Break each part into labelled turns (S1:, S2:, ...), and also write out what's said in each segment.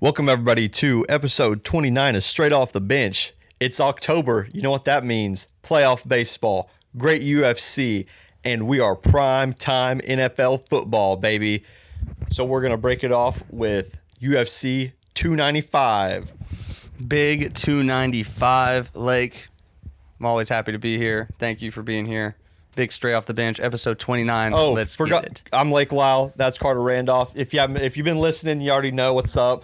S1: Welcome, everybody, to episode 29 of Straight Off the Bench. It's October. You know what that means playoff baseball, great UFC, and we are prime time NFL football, baby. So we're going to break it off with UFC 295.
S2: Big 295 Lake. I'm always happy to be here. Thank you for being here. Big straight off the bench, episode 29.
S1: Oh,
S2: let's
S1: forgot.
S2: get it.
S1: I'm Lake Lyle. That's Carter Randolph. If you haven't, if you've been listening, you already know what's up.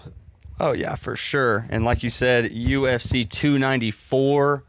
S2: Oh yeah, for sure. And like you said, UFC 294.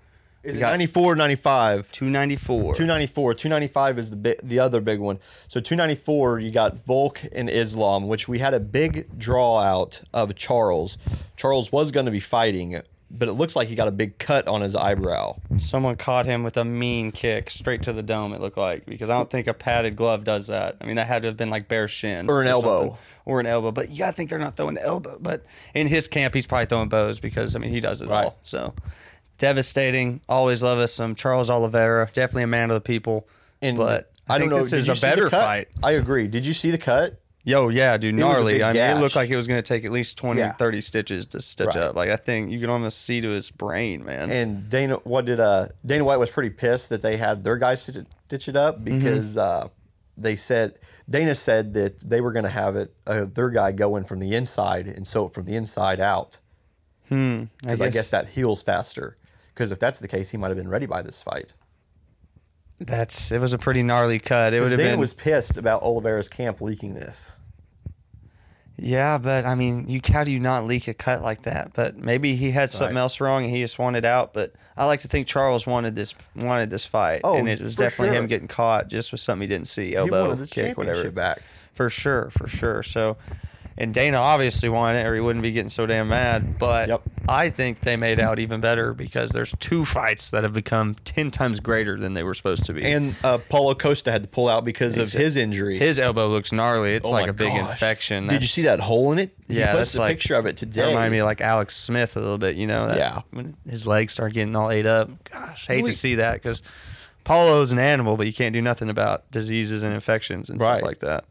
S1: Is
S2: We
S1: it
S2: got
S1: 94 95?
S2: 294.
S1: 294. 295 is the bi- the other big one. So 294, you got Volk and Islam, which we had a big draw out of Charles. Charles was going to be fighting, but it looks like he got a big cut on his eyebrow.
S2: Someone caught him with a mean kick straight to the dome. It looked like because I don't think a padded glove does that. I mean, that had to have been like bare shin
S1: Or an elbow.
S2: something. or an elbow. But you gotta think they're not throwing the elbow. But in his camp, he's probably throwing bows because I mean he does it
S1: Right.
S2: all. So devastating. Always love us some Charles Oliveira. Definitely a man of the people.
S1: And
S2: but I,
S1: don't
S2: think
S1: know.
S2: this
S1: did
S2: is
S1: you
S2: a
S1: see the
S2: better
S1: cut?
S2: fight.
S1: I agree. Did you see the cut?
S2: Yo, yeah, dude,
S1: was a
S2: gnarly.
S1: big
S2: I mean, it
S1: gash.
S2: looked like it was going to take at least 20
S1: Yeah.
S2: 30 stitches to stitch
S1: Right.
S2: up. Like, I think you can almost see to his brain, man.
S1: And Dana, what did uh Dana White was pretty pissed that they had their guys stitch it, stitch it up
S2: Mm-hmm.
S1: because uh, they said Dana said that they were going to have it uh, their guy go in from the inside and sew it from the inside out.
S2: I
S1: Because I, guess that heals faster. Because if that's the case, he might have been ready by this fight.
S2: that's it was a pretty gnarly cut. It would
S1: Because
S2: have
S1: Dana
S2: been,
S1: was pissed about Oliveira's camp leaking this.
S2: yeah, but I mean, you how do you not leak a cut like that? But maybe he had something
S1: Right.
S2: else wrong and he just wanted out. But I like to think Charles wanted this wanted this fight,
S1: Oh,
S2: and it was
S1: for
S2: definitely
S1: sure.
S2: him getting caught just with something he didn't see
S1: He
S2: elbow
S1: wanted the
S2: kick whatever
S1: championship back.
S2: for sure, for sure. So, and Dana obviously wanted it, or he wouldn't be getting so damn mad. But
S1: Yep.
S2: I think they made out even better because there's two fights that have become ten times greater than they were supposed to be.
S1: And uh, Paulo Costa had to pull out because of his injury.
S2: his elbow looks gnarly. It's
S1: Oh
S2: like
S1: my
S2: a big
S1: gosh.
S2: infection.
S1: Did you see that hole in it? He
S2: Yeah,
S1: posted
S2: that's
S1: a
S2: like-
S1: picture of it today.
S2: Remind me of, like Alex Smith a little bit, you know? That,
S1: Yeah.
S2: When his legs start getting all ate up. Gosh, hate
S1: Really?
S2: to see that because Paulo's an animal, but you can't do nothing about diseases and infections and
S1: Right.
S2: stuff like that.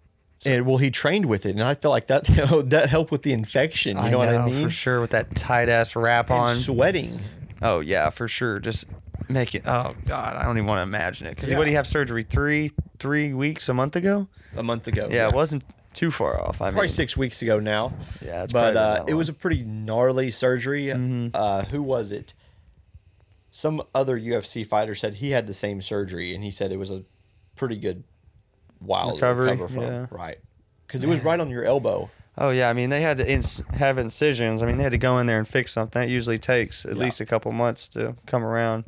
S1: and well, he trained with it, and I feel like that that helped with the infection. You know, what I mean?
S2: For sure, with that tight ass wrap on.
S1: And sweating.
S2: Oh yeah, for sure. Just make it. Oh god, I don't even want to imagine it. Because
S1: Yeah.
S2: what did he have surgery three three weeks a month ago?
S1: a month ago.
S2: Yeah, it wasn't too far off. I
S1: probably
S2: mean,
S1: six weeks ago now.
S2: Yeah, it's
S1: but
S2: probably been
S1: uh,
S2: that
S1: it
S2: long.
S1: was a pretty gnarly surgery.
S2: Mm-hmm.
S1: Uh, who was it? Some other UFC fighter said he had the same surgery, and he said it was a pretty good while
S2: Recovery,
S1: to recover from.
S2: yeah.
S1: Right, because it was right on your elbow.
S2: oh yeah, I mean they had to ins- have incisions. I mean they had to go in there and fix something. That usually takes at
S1: Yeah.
S2: least a couple months to come around,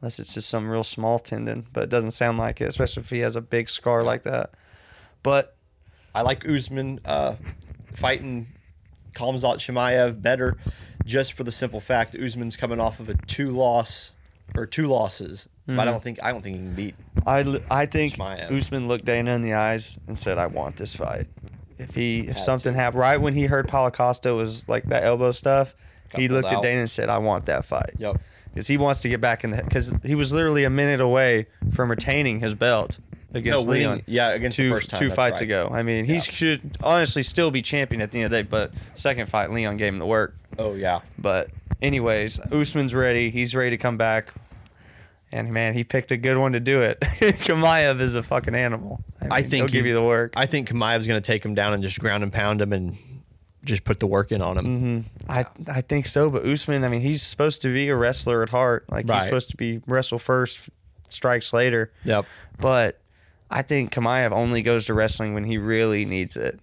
S2: unless it's just some real small tendon. But it doesn't sound like it, especially if he has a big scar like that. But
S1: I like Usman uh, fighting Kamzat Shemaev better, just for the simple fact Usman's coming off of a two loss or two losses.
S2: Mm-hmm.
S1: But I don't think I don't think he can beat.
S2: I, l- I think
S1: Chimaev.
S2: Usman looked Dana in the eyes and said, "I want this fight." If he if
S1: to.
S2: something happened right when he heard Paulo Costa was like that elbow stuff,
S1: Got
S2: he
S1: pulled
S2: looked
S1: out.
S2: at Dana and said, "I want that fight."
S1: Yep.
S2: Because he wants to get back in the because he was literally a minute away from retaining his belt against
S1: No, winning-
S2: Leon.
S1: yeah, against the
S2: two
S1: first time,
S2: two
S1: that's
S2: fights
S1: right.
S2: ago. I mean,
S1: Yeah.
S2: he should honestly still be champion at the end of the day. But second fight, Leon gave him the work.
S1: Oh yeah.
S2: But anyways, Usman's ready. He's ready to come back. And man, he picked a good one to do it. Kamayev is a fucking animal.
S1: I
S2: mean,
S1: think
S2: he'll give
S1: he's-
S2: you the work. I,
S1: I think Kamaev's going to take him down and just ground and pound him and just put the work in on him.
S2: I think so, but Usman, I mean, he's supposed to be a wrestler at heart. Like
S1: Right.
S2: he's supposed to be wrestle first, strikes later.
S1: Yep.
S2: But I think Kamayev only goes to wrestling when he really needs it.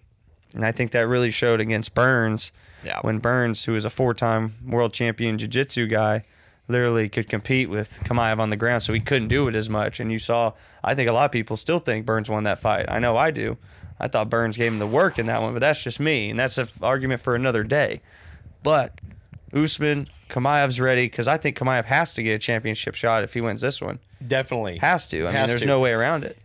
S2: And I think that really showed against Burns.
S1: Yeah.
S2: When Burns, who is a four time world champion jiu jitsu guy, literally could compete with Kamayev on the ground, so he couldn't do it as much. And you saw, I think a lot of people still think Burns won that fight. I know I do. I thought Burns gave him the work in that one, but that's just me. And that's an argument for another day. But Usman, Kamayev's ready because I think Kamayev has to get a championship shot if he wins this one.
S1: Definitely
S2: Has to. I mean,
S1: Has
S2: there's
S1: to.
S2: no way around it.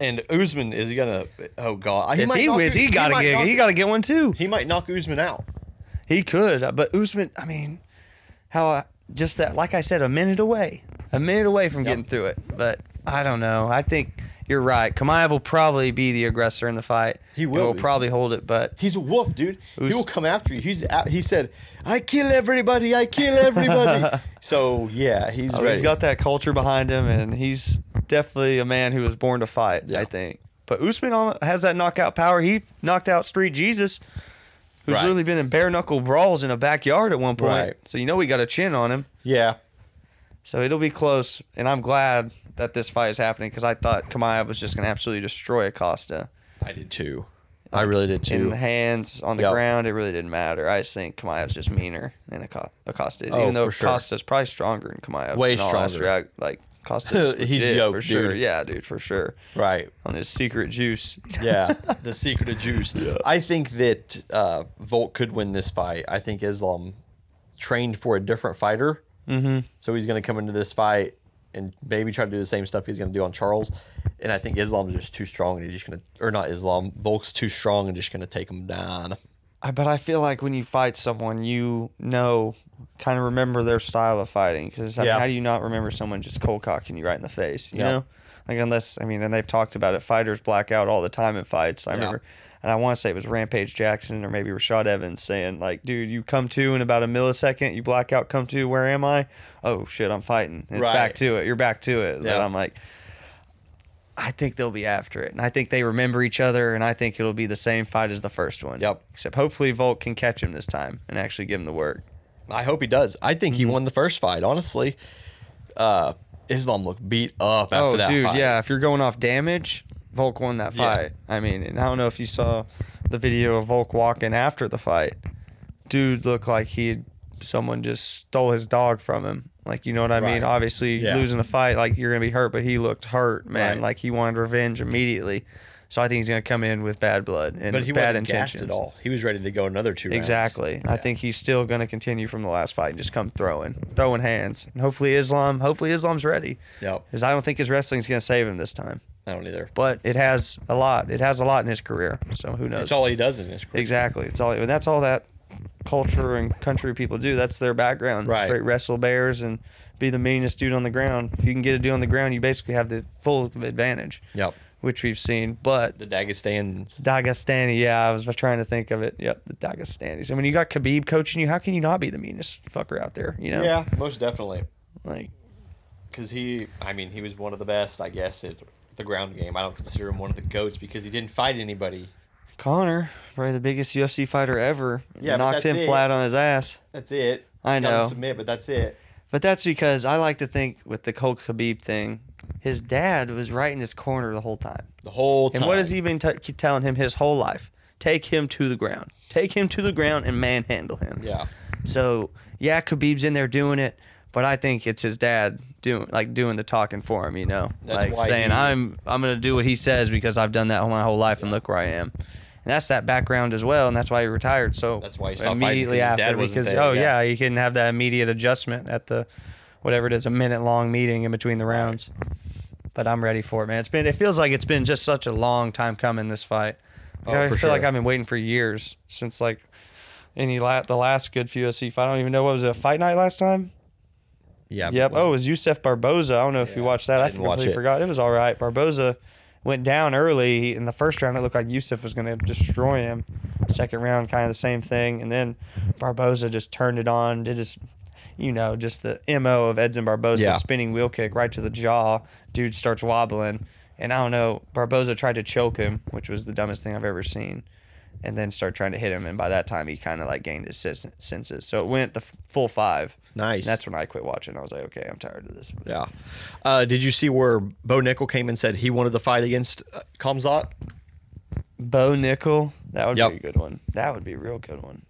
S1: And Usman is going to. Oh God. He
S2: if
S1: might
S2: he
S1: knock
S2: wins,
S1: Us-
S2: he gotta
S1: might
S2: get
S1: knock-
S2: he gotta get one too.
S1: He might knock Usman out.
S2: He could, uh, but Usman. I mean, how I, just that? Like I said, a minute away, a minute away from getting through it. But I don't know. I think you're right. Kamaev will probably be the aggressor in the fight.
S1: He
S2: and
S1: will
S2: will
S1: be.
S2: probably hold it, but
S1: He's a wolf, dude.
S2: Us-
S1: he will come after you. He's out, he said, "I kill everybody. I kill everybody." so yeah, he's
S2: Oh,
S1: ready.
S2: he's got that culture behind him, and he's definitely a man who was born to fight.
S1: Yeah.
S2: I think. But Usman al- has that knockout power. He knocked out Street Jesus, who's
S1: Right.
S2: literally been in bare knuckle brawls in a backyard at one point.
S1: Right.
S2: So you know he got a chin on him.
S1: yeah,
S2: So it'll be close, and I'm glad that this fight is happening because I thought Kamayev was just going to absolutely destroy Acosta
S1: I did too. I really did
S2: in
S1: too.
S2: the hands on the
S1: Yep.
S2: ground. It really didn't matter. I just think Kamayev's just meaner than Aco- Acosta, is,
S1: Oh,
S2: even though
S1: for sure.
S2: Acosta's probably stronger than Kamayev.
S1: Way
S2: in all honesty.
S1: stronger.
S2: I- like Acosta's
S1: He's
S2: legit,
S1: yoked,
S2: for sure.
S1: dude.
S2: Yeah, dude, for sure.
S1: Right.
S2: On his secret juice.
S1: Yeah, the secret of juice. I think that uh, Volt could win this fight. I think Islam trained for a different fighter, mm-hmm. so he's going to come into this fight and maybe try to do the same stuff he's going to do on Charles. And I think Islam's just too strong, and he's just going to, or not Islam, Volk's too strong and just going to take him down.
S2: I, but I feel like when you fight someone, you know, kind of remember their style of fighting. Because I mean,
S1: Yeah.
S2: how do you not remember someone just cold cocking you right in the face? You
S1: Yeah.
S2: know, like unless I mean, and they've talked about it. Fighters black out all the time in fights. I remember, and I want to say it was Rampage Jackson or maybe Rashad Evans saying like, "Dude, you come to in about a millisecond, you black out. Come to, where am I? Oh shit, I'm fighting. And It's back
S1: Right.
S2: to it. You're back to it." And
S1: Yeah.
S2: I'm like. I think they'll be after it. And I think they remember each other, and I think it'll be the same fight as the first one.
S1: Yep.
S2: Except hopefully Volk can catch him this time and actually give him the work.
S1: I hope he does. I think he
S2: Mm-hmm.
S1: won the first fight, honestly. Uh, Islam looked beat up after
S2: oh,
S1: that
S2: dude,
S1: fight.
S2: yeah. If you're going off damage, Volk won that
S1: Yeah.
S2: fight. I mean, and I don't know if you saw the video of Volk walking after the fight. Dude looked like he had someone just stole his dog from him. Like you know what I
S1: Right.
S2: mean? Obviously,
S1: Yeah.
S2: losing a fight, like you're gonna be hurt, but he looked hurt, man.
S1: Right.
S2: Like he wanted revenge immediately. So I think he's gonna come in with bad blood and
S1: but he
S2: bad
S1: wasn't gassed
S2: intentions.
S1: at all. He was ready to go another two rounds.
S2: Exactly. I
S1: Yeah.
S2: think he's still going to continue from the last fight and just come throwing, throwing hands. And hopefully Islam, hopefully Islam's ready.
S1: Yep.
S2: Because I don't think his wrestling's going to save him this time.
S1: I don't either.
S2: But it has a lot. It has a lot in his career. So who knows?
S1: That's all he does in his career.
S2: exactly. It's all. And that's all that culture and country people do. That's their background.
S1: Right.
S2: Straight wrestle bears and be the meanest dude on the ground. If you can get a dude on the ground, you basically have the full advantage.
S1: Yep.
S2: Which we've seen, but
S1: The Dagestans.
S2: Dagestani, yeah, I was trying to think of it. Yep, the Dagestanis. And when you got Khabib coaching you, how can you not be the meanest fucker out there? You know,
S1: most definitely.
S2: like
S1: Because he, I mean, he was one of the best, I guess, at the ground game. I don't consider him one of the goats because he didn't fight anybody.
S2: Connor, probably the biggest UFC fighter ever,
S1: Yeah, but
S2: knocked
S1: that's
S2: him
S1: it.
S2: flat on his ass.
S1: That's it.
S2: I
S1: Got him to
S2: know.
S1: submit, but that's it.
S2: But that's because I like to think with the Colt Khabib thing, his dad was right in his corner the whole time.
S1: The whole time.
S2: And what has he been t- keep telling him his whole life? Take him to the ground. Take him to the ground and manhandle him.
S1: Yeah.
S2: So yeah, Khabib's in there doing it, but I think it's his dad doing like doing the talking for him. You know,
S1: That's
S2: like
S1: why
S2: saying
S1: he-
S2: I'm I'm gonna do what he says because I've done that my whole life and look where I am. And that's that background as well, and that's why he retired. So
S1: That's why he stopped fighting,
S2: immediately
S1: because his
S2: after
S1: dad wasn't
S2: because
S1: there,
S2: oh
S1: yeah.
S2: yeah. he couldn't have that immediate adjustment at the whatever it is a minute long meeting in between the rounds. But I'm ready for it, man. It's been it feels like it's been just such a long time coming this fight. Like,
S1: Oh,
S2: I
S1: for
S2: feel like
S1: sure.
S2: I've been waiting for years since like any la- the last good few UFC fight. I don't even know what was it, fight night last time.
S1: Yeah.
S2: Yep. Oh, it was Yusef Barboza. I don't know if you
S1: Yeah,
S2: watched that.
S1: I
S2: I,
S1: didn't watch
S2: completely
S1: it.
S2: forgot. It was all right. Barboza went down early in the first round. It looked like Yusef was going to destroy him. Second round, kind of the same thing. And then Barboza just turned it on. Did his, you know, just the mo of Edson Barboza
S1: Yeah.
S2: spinning wheel kick right to the jaw. Dude starts wobbling, and I don't know. Barboza tried to choke him, which was the dumbest thing I've ever seen. And then started trying to hit him, and by that time he kind of like gained his sis- senses. So it went the f- full five.
S1: Nice.
S2: And that's when I quit watching. I was like, okay, I'm tired of this.
S1: Yeah. Uh, did you see where Bo Nickel came and said he wanted the fight against uh, Kamzat?
S2: Bo Nickel, that would
S1: Yep.
S2: be a good one. That would be a real good one.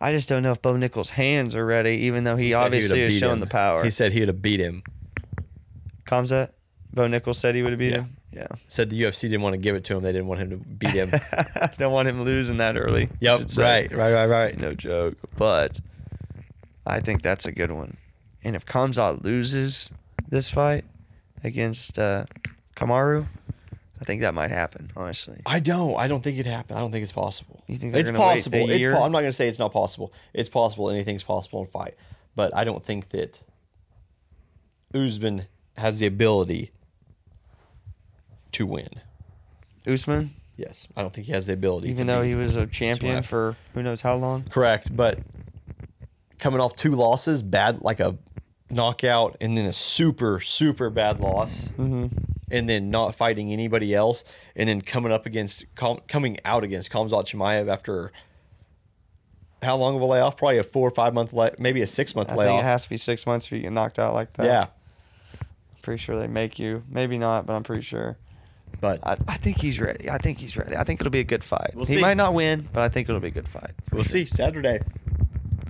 S2: I just don't know if Bo Nickel's hands are ready, even though he,
S1: said he
S2: obviously
S1: would've
S2: is
S1: beat
S2: showing
S1: him.
S2: the power.
S1: He
S2: He's,
S1: said he would have beat him.
S2: Kamzat, Bo Nickel said he would have beat
S1: Yeah.
S2: him. Yeah,
S1: Said the UFC didn't want to give it to him. They didn't want him to beat him.
S2: don't want him losing that early.
S1: yep.
S2: Should say.
S1: Right. Right. Right. Right.
S2: no joke. But I think that's a good one. And if Kamzat loses this fight against uh, Kamaru, I think that might happen. Honestly,
S1: I don't. I don't think it happened. I don't think it's possible.
S2: You think they're
S1: it's
S2: gonna wait a
S1: possible? It's.
S2: year?
S1: Po- I'm not going to say it's not possible. It's possible. Anything's possible in a fight, but I don't think that Usman has the ability to win.
S2: Usman,
S1: Yes, I don't think he has the ability.
S2: even
S1: to
S2: though
S1: beat-
S2: he was a champion
S1: laugh.
S2: for who knows how long.
S1: correct, but coming off two losses, bad like a knockout, and then a super super bad loss,
S2: Mm-hmm.
S1: and then not fighting anybody else, and then coming up against com- coming out against Kamzat Chimaev after how long of a layoff? Probably a four or five month, lay, maybe a six month
S2: I think it
S1: layoff.
S2: has to be six months if you get knocked out like that.
S1: Yeah,
S2: pretty sure they make you. Maybe not, but I'm pretty sure.
S1: but
S2: I, I think he's ready. I think he's ready. I think it'll be a good fight.
S1: We'll
S2: he
S1: see.
S2: might not win, but I think it'll be a good fight. for
S1: we'll
S2: sure.
S1: see Saturday.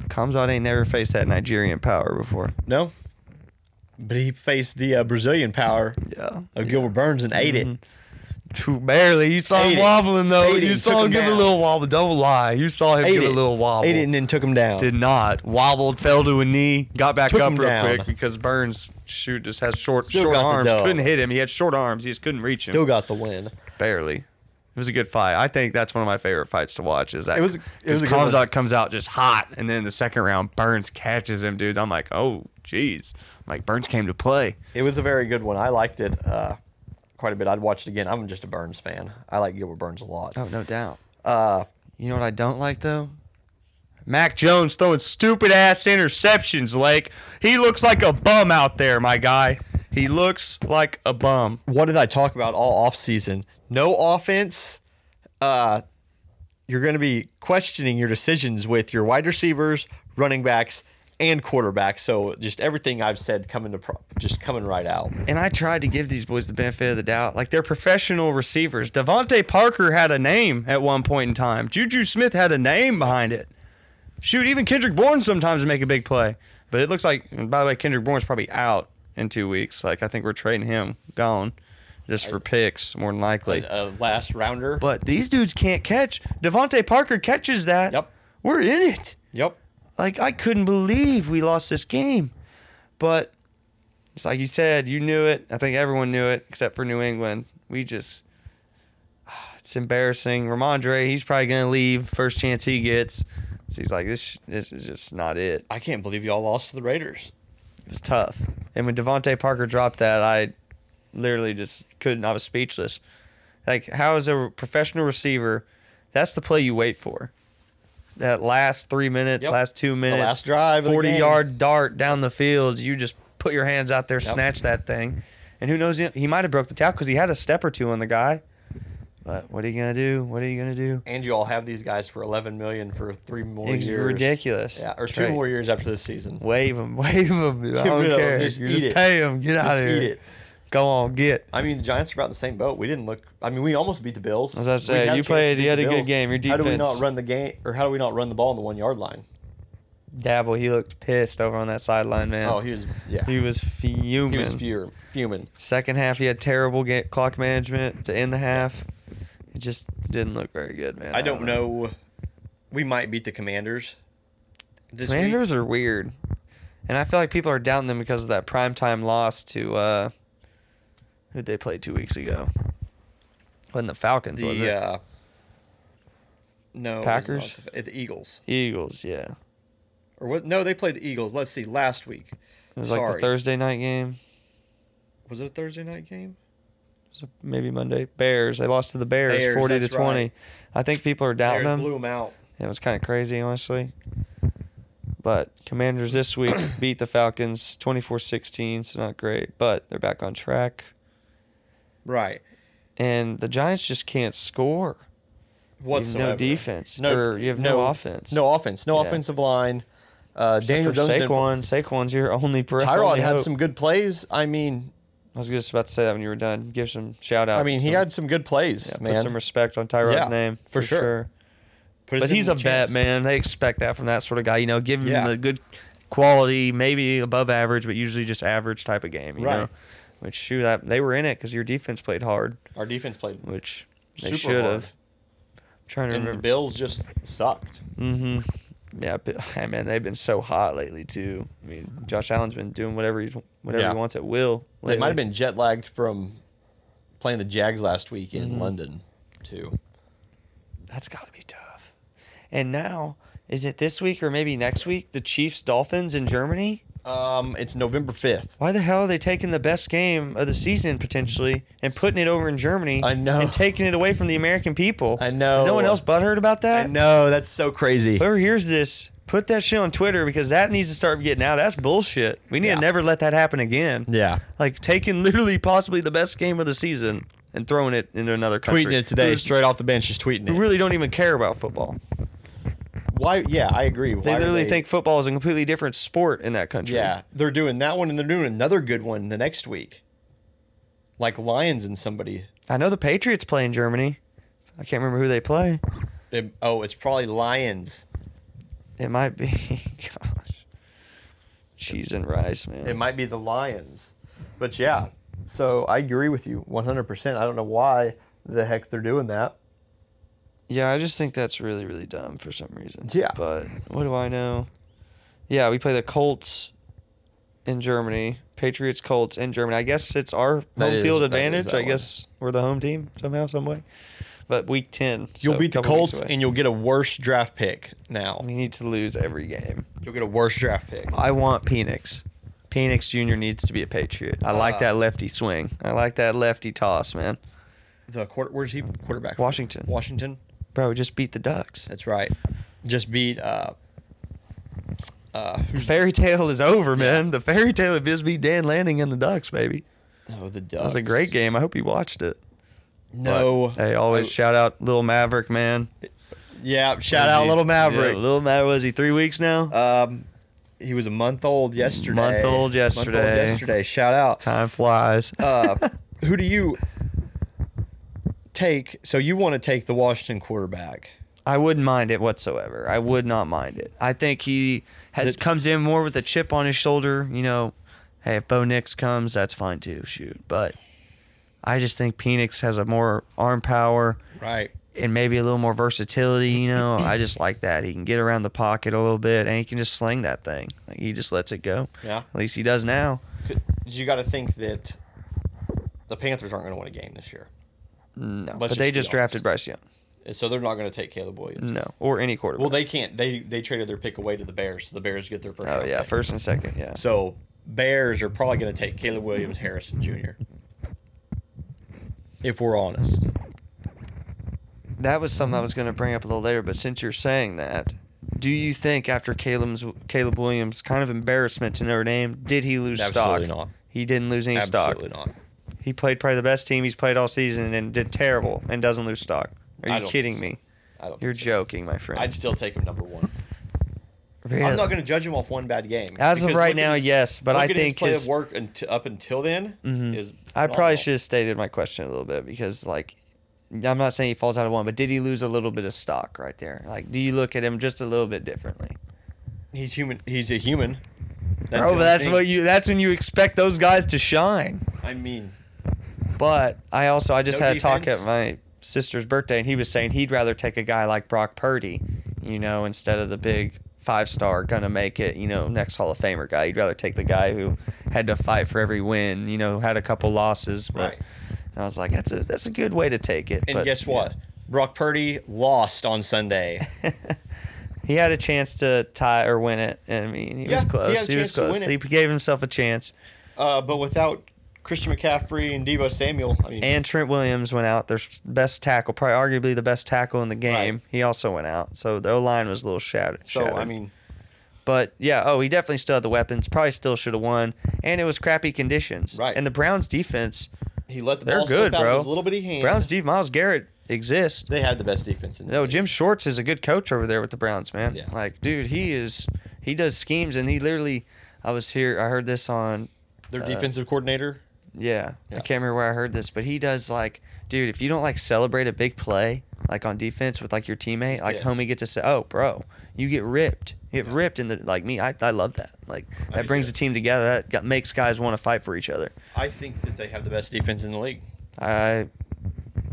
S2: Kamzat ain't never faced that Nigerian power before.
S1: No, but he faced the uh, Brazilian power
S2: Yeah. Mm-hmm.
S1: of Gilbert Burns and ate it.
S2: Too barely. You saw
S1: Ate
S2: him
S1: it.
S2: wobbling though.
S1: Ate it.
S2: you
S1: Took
S2: saw him
S1: him
S2: give a
S1: down.
S2: little wobble. Don't lie. You saw him
S1: Ate
S2: give
S1: it
S2: a little wobble.
S1: Ate it and then took him down.
S2: Did not wobbled. Fell to a knee. Got back
S1: Took
S2: up
S1: him
S2: real
S1: down.
S2: quick because Burns shoot just has short
S1: Still
S2: short
S1: got the
S2: arms.
S1: dub.
S2: Couldn't hit him. He had short arms. He just couldn't reach him.
S1: Still got the win.
S2: barely. It was a good fight. I think that's one of my favorite fights to watch. Is that
S1: It was- it was a good
S2: Kamzat
S1: one.
S2: comes out just hot, and then the second round Burns catches him, dude. I'm like, oh, jeez. I'm Like Burns came to play.
S1: It was a very good one. I liked it uh, quite a bit. I'd watch it again. I'm just a Burns fan. I like Gilbert Burns a lot.
S2: Oh, no doubt. Uh, you know what I don't like though? Mac Jones throwing stupid ass interceptions, Lake. He looks like a bum out there, my guy. He looks like a bum.
S1: What did I talk about all offseason? No offense. Uh, you're going to be questioning your decisions with your wide receivers, running backs, and quarterbacks. So just everything I've said coming to pro- just coming right out.
S2: and I tried to give these boys the benefit of the doubt. Like they're professional receivers. Devontae Parker had a name at one point in time. Juju Smith had a name behind it. Shoot, even Kendrick Bourne sometimes would make a big play. But it looks like, and by the way, Kendrick Bourne's probably out in two weeks. Like I think we're trading him, gone, just for picks more than likely.
S1: A uh, last rounder.
S2: But these dudes can't catch. Devontae Parker catches that.
S1: Yep.
S2: We're in it.
S1: yep.
S2: Like I couldn't believe we lost this game. But it's like you said, you knew it. I think everyone knew it except for New England. We just ah, it's embarrassing. Ramondre, he's probably gonna leave first chance he gets. So he's like, this this is just not it.
S1: I can't believe y'all lost to the Raiders.
S2: It was tough. And when Devontae Parker dropped that, I literally just couldn't. I was speechless. Like, how is a professional receiver? That's the play you wait for. That last three minutes,
S1: Yep.
S2: last two minutes,
S1: last drive of the game.
S2: forty-yard dart down the field. You just put your hands out there,
S1: Yep.
S2: snatch that thing, and who knows? He might have broke the tackle because he had a step or two on the guy. But what are you gonna do? What are you gonna do?
S1: And you all have these guys for 11 million for three more
S2: It's
S1: years.
S2: ridiculous.
S1: Yeah, or
S2: Trade.
S1: two more years after this season.
S2: Wave them, wave them. I
S1: Get
S2: don't
S1: rid of 'em.
S2: care.
S1: Just
S2: You
S1: eat it.
S2: pay them. Get out
S1: Just
S2: of here.
S1: eat it.
S2: Go on, get.
S1: I mean, the Giants are about in the same boat. We didn't look. I mean, we almost beat the Bills.
S2: As I
S1: We
S2: said,
S1: had a
S2: you
S1: chance to
S2: played-
S1: beat
S2: you had
S1: the
S2: a good
S1: Bills.
S2: game. Your
S1: How do we not
S2: defense-
S1: run the game, or how do we not run the ball on the one yard line?
S2: Dabble, he looked pissed over on that sideline, man.
S1: Oh, he was yeah,
S2: he
S1: he,
S2: was fuming.
S1: was fuming. fuming.
S2: Second half, he had terrible ga clock management to end the half. It just didn't look very good, man.
S1: I don't know. We might beat the Commanders. This week.
S2: Commanders are weird, and I feel like people are doubting them because of that primetime loss to uh, who they played two weeks ago. Wasn't the Falcons? was
S1: the
S2: it
S1: uh, no it was
S2: Packers?
S1: not the, the Eagles
S2: Eagles? Yeah,
S1: or what? No, they played the Eagles. Let's see, last week.
S2: it was like
S1: Sorry.
S2: the Thursday night game.
S1: Was it a Thursday night game?
S2: So maybe Monday. Bears. They lost to the Bears,
S1: Bears,
S2: forty to
S1: that's
S2: twenty.
S1: right.
S2: I think people are doubting
S1: Bears
S2: them.
S1: blew them out.
S2: It was kind of crazy, honestly. But Commanders this week beat the Falcons 24 16, so not great, but they're back on track.
S1: Right.
S2: And the Giants just can't score.
S1: Whatsoever.
S2: You have no defense.
S1: No-
S2: or you have no, offense.
S1: No offense. No
S2: Yeah.
S1: offensive line. Uh, Daniel
S2: Daniel
S1: Jones didn't
S2: Saquon. Saquon's your only per-
S1: Tyrod
S2: only
S1: had
S2: hope.
S1: some good plays. I mean,
S2: I was just about to say that when you were done. Give Oh, some shout out.
S1: I mean, he had some good plays,
S2: yeah,
S1: man.
S2: put some respect on Tyrod's
S1: Yeah,
S2: name
S1: for sure.
S2: But he's a bet, man. They expect that from that sort of guy. You know, give him
S1: Yeah.
S2: the good quality, maybe above average, but usually just average type of game. You
S1: Right.
S2: know, which shoot, that they were in it because your defense played hard,
S1: Our defense played
S2: which they
S1: super
S2: should
S1: hard,
S2: have. Trying to
S1: and the
S2: remember. mm-hmm.
S1: Bills just sucked.
S2: Yeah, but, I mean, they've been so hot lately too. I mean, Josh Allen's been doing whatever he's whatever
S1: Yeah.
S2: he wants at will.
S1: They might have
S2: lately.
S1: been jet lagged from playing the Jags last week in
S2: Mm-hmm.
S1: London, too.
S2: That's got to be tough. And now, is it this week or maybe next week? The Chiefs Dolphins in Germany.
S1: Um, it's November fifth.
S2: Why the hell are they taking the best game of the season potentially and putting it over in Germany?
S1: I know.
S2: And taking it away from the American people.
S1: I know.
S2: Is no one else butthurt about that?
S1: I know that's so crazy.
S2: Whoever hears this, put that shit on Twitter because that needs to start getting out. That's bullshit. We need
S1: Yeah.
S2: to never let that happen again.
S1: Yeah.
S2: Like taking literally possibly the best game of the season and throwing it into another country.
S1: Tweeting it today,
S2: Who's-
S1: straight off the bench, just tweeting
S2: Who
S1: it.
S2: really don't even care about football.
S1: Why? Yeah, I agree.
S2: They
S1: Why are
S2: literally
S1: they-
S2: think football is a completely different sport in that country.
S1: Yeah, they're doing that one, and they're doing another good one the next week. Like Lions and somebody.
S2: I know the Patriots play in Germany. I can't remember who they play.
S1: It- oh, it's probably Lions.
S2: It might be. Gosh. Cheese and rice, man.
S1: It might be the Lions. But yeah, so I agree with you 100%. I don't know why the heck they're doing that.
S2: yeah, I just think that's really, really dumb for some reason.
S1: Yeah.
S2: But what do I know? Yeah, we play the Colts in Germany. Patriots, Colts in Germany. I guess it's our home
S1: That is-
S2: field
S1: that is
S2: advantage.
S1: that
S2: I
S1: one.
S2: guess we're the home team somehow, some way. But week 10.
S1: You'll
S2: so
S1: beat the
S2: couple weeks
S1: Colts
S2: away.
S1: and you'll get a worse draft pick now.
S2: We need to lose every game.
S1: You'll get a worse draft pick.
S2: I want Penix. Penix Jr. needs to be a Patriot. I like
S1: Uh,
S2: that lefty swing. I like that lefty toss, man.
S1: The quarter, where's he quarterback? from?
S2: Washington.
S1: Washington.
S2: Bro, we just beat the Ducks.
S1: That's right. Just beat uh uh
S2: The
S1: who's,
S2: fairy tale is over, man. The fairy tale of just beat Dan Landing and the Ducks, baby.
S1: oh the Ducks.
S2: That was a great game. I hope you watched it.
S1: No.
S2: But, hey, always
S1: Oh,
S2: shout out Lil Maverick, man.
S1: yeah, shout
S2: Was
S1: out
S2: he-
S1: Little Maverick.
S2: Yeah, Lil Maverick was he three weeks now?
S1: um he was a month old yesterday.
S2: Month old yesterday.
S1: yesterday. Shout out.
S2: Time flies.
S1: uh, who do you take? So you want to take the Washington quarterback?
S2: I wouldn't mind it whatsoever. I would not mind it. I think he has
S1: That-
S2: comes in more with a chip on his shoulder. You know, hey, if Bo Nix comes, that's fine too. Shoot, but I just think Penix has a more arm power
S1: Right.
S2: and maybe a little more versatility. You know, I just like that. He can get around the pocket a little bit and he can just sling that thing. Like he just lets it go.
S1: Yeah.
S2: At least he does now.
S1: You got to think that the Panthers aren't going to win a game this year,
S2: No,
S1: just
S2: but they
S1: be
S2: just drafted Bryce Young.
S1: so they're not going to take Caleb Williams.
S2: No, or any quarterback.
S1: Well, they can't. They they traded their pick away to the Bears, so the Bears get their first.
S2: oh
S1: round
S2: yeah,
S1: pick.
S2: first and second. Yeah.
S1: So Bears are probably going to take Caleb Williams, Harrison Jr. If we're honest,
S2: That was something I was going to bring up a little later, but since you're saying that, do you think after Caleb's Caleb Williams' kind of embarrassment to Notre Dame, did he lose
S1: Absolutely
S2: stock?
S1: not.
S2: He didn't lose any
S1: absolutely
S2: stock.
S1: not.
S2: He played probably the best team he's played all season and did terrible and doesn't lose stock. Are
S1: I
S2: you
S1: don't
S2: kidding
S1: think
S2: me?
S1: I don't.
S2: You're
S1: think so.
S2: joking, my friend.
S1: I'd still take him number one.
S2: Really?
S1: I'm not going to judge him off one bad game.
S2: As of
S1: Because
S2: right
S1: look at
S2: now,
S1: his-
S2: yes, but
S1: look
S2: I
S1: at his
S2: think
S1: play
S2: his- Mm-hmm.
S1: of work until, up until then is.
S2: I
S1: phenomenal.
S2: probably should have stated my question a little bit because, like, I'm not saying he falls out of one, but did he lose a little bit of stock right there? Like, do you look at him just a little bit differently?
S1: He's human. He's a human. That's the
S2: Bro, but
S1: only
S2: that's
S1: thing.
S2: what you—that's when you expect those guys to shine.
S1: I mean,
S2: But I also I just
S1: No
S2: had a talk
S1: defense?
S2: at my sister's birthday, and he was saying he'd rather take a guy like Brock Purdy, you know, instead of the big five star gonna make it, you know, next Hall of Famer guy. He'd rather take the guy who had to fight for every win, you know, had a couple losses. But
S1: Right.
S2: and I was like, that's a that's a good way to take it.
S1: and
S2: but,
S1: guess what? Brock Purdy lost on Sunday.
S2: He had a chance to tie or win it. and I mean, he
S1: Yeah, he
S2: was
S1: had a
S2: close. He,
S1: chance
S2: was
S1: to win
S2: close.
S1: it.
S2: He gave himself a chance.
S1: uh, but without Christian McCaffrey and Debo Samuel, I mean,
S2: And Trent Williams went out, their best tackle, probably arguably the best tackle in the game.
S1: Right.
S2: He also went out, so the O line was a little shattered.
S1: so
S2: shattered.
S1: I mean,
S2: but yeah, oh, he definitely still had the weapons. Probably still should have won, and it was crappy conditions.
S1: Right.
S2: And the Browns defense,
S1: he let the
S2: they're
S1: ball
S2: good,
S1: slip out of
S2: bro.
S1: his little bitty hand.
S2: Browns deep Miles Garrett exists.
S1: they had the best defense in the
S2: No,
S1: league.
S2: Jim Schwartz is a good coach over there with the Browns, man.
S1: Yeah.
S2: Like, dude, he is. He does schemes, and he literally. I was here. I heard this on
S1: Their defensive coordinator.
S2: Yeah.
S1: Yeah.
S2: I can't remember where I heard this, but he does like, dude, if you don't like celebrate a big play, like on defense with like your teammate, like
S1: Yes.
S2: homie gets to say, oh, bro, you get ripped. You get ripped in the, like me, I, I love that. Like,
S1: I
S2: that
S1: do
S2: brings
S1: too.
S2: the team together. That got, makes guys want to fight for each other.
S1: I think that they have the best defense in the league.
S2: I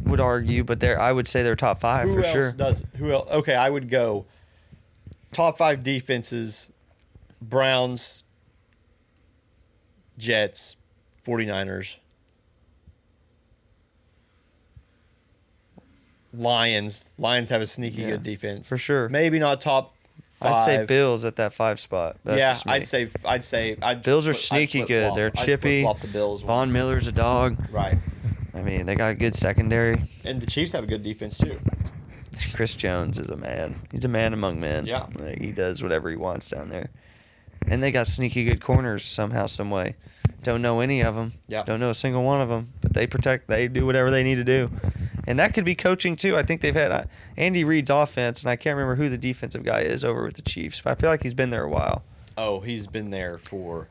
S2: would argue, but they're, I would say they're top five
S1: Who
S2: for
S1: else
S2: sure.
S1: does? Who else? Okay, I would go top five defenses: Browns, Jets, 49ers, Lions. Lions have a sneaky
S2: Yeah,
S1: good defense
S2: for sure.
S1: Maybe not top five.
S2: I'd say Bills at that five spot. That's
S1: yeah,
S2: just me.
S1: I'd say I'd say I'd
S2: Bills are
S1: flip- I'd
S2: sneaky good.
S1: flip-flop.
S2: They're
S1: I'd
S2: chippy.
S1: flip-flop the Bills. one.
S2: Von Miller's a dog.
S1: Right.
S2: I mean, they got a good secondary.
S1: And the Chiefs have a good defense too.
S2: Chris Jones is a man. He's a man among men.
S1: Yeah.
S2: Like, he does whatever he wants down there. And they got sneaky good corners somehow, some way. Don't know any of them.
S1: Yeah.
S2: Don't know a single one of them. But they protect. They do whatever they need to do. And that could be coaching too. I think they've had uh, Andy Reid's offense, and I can't remember who the defensive guy is over with the Chiefs. But I feel like he's been there a while.
S1: Oh, he's been there for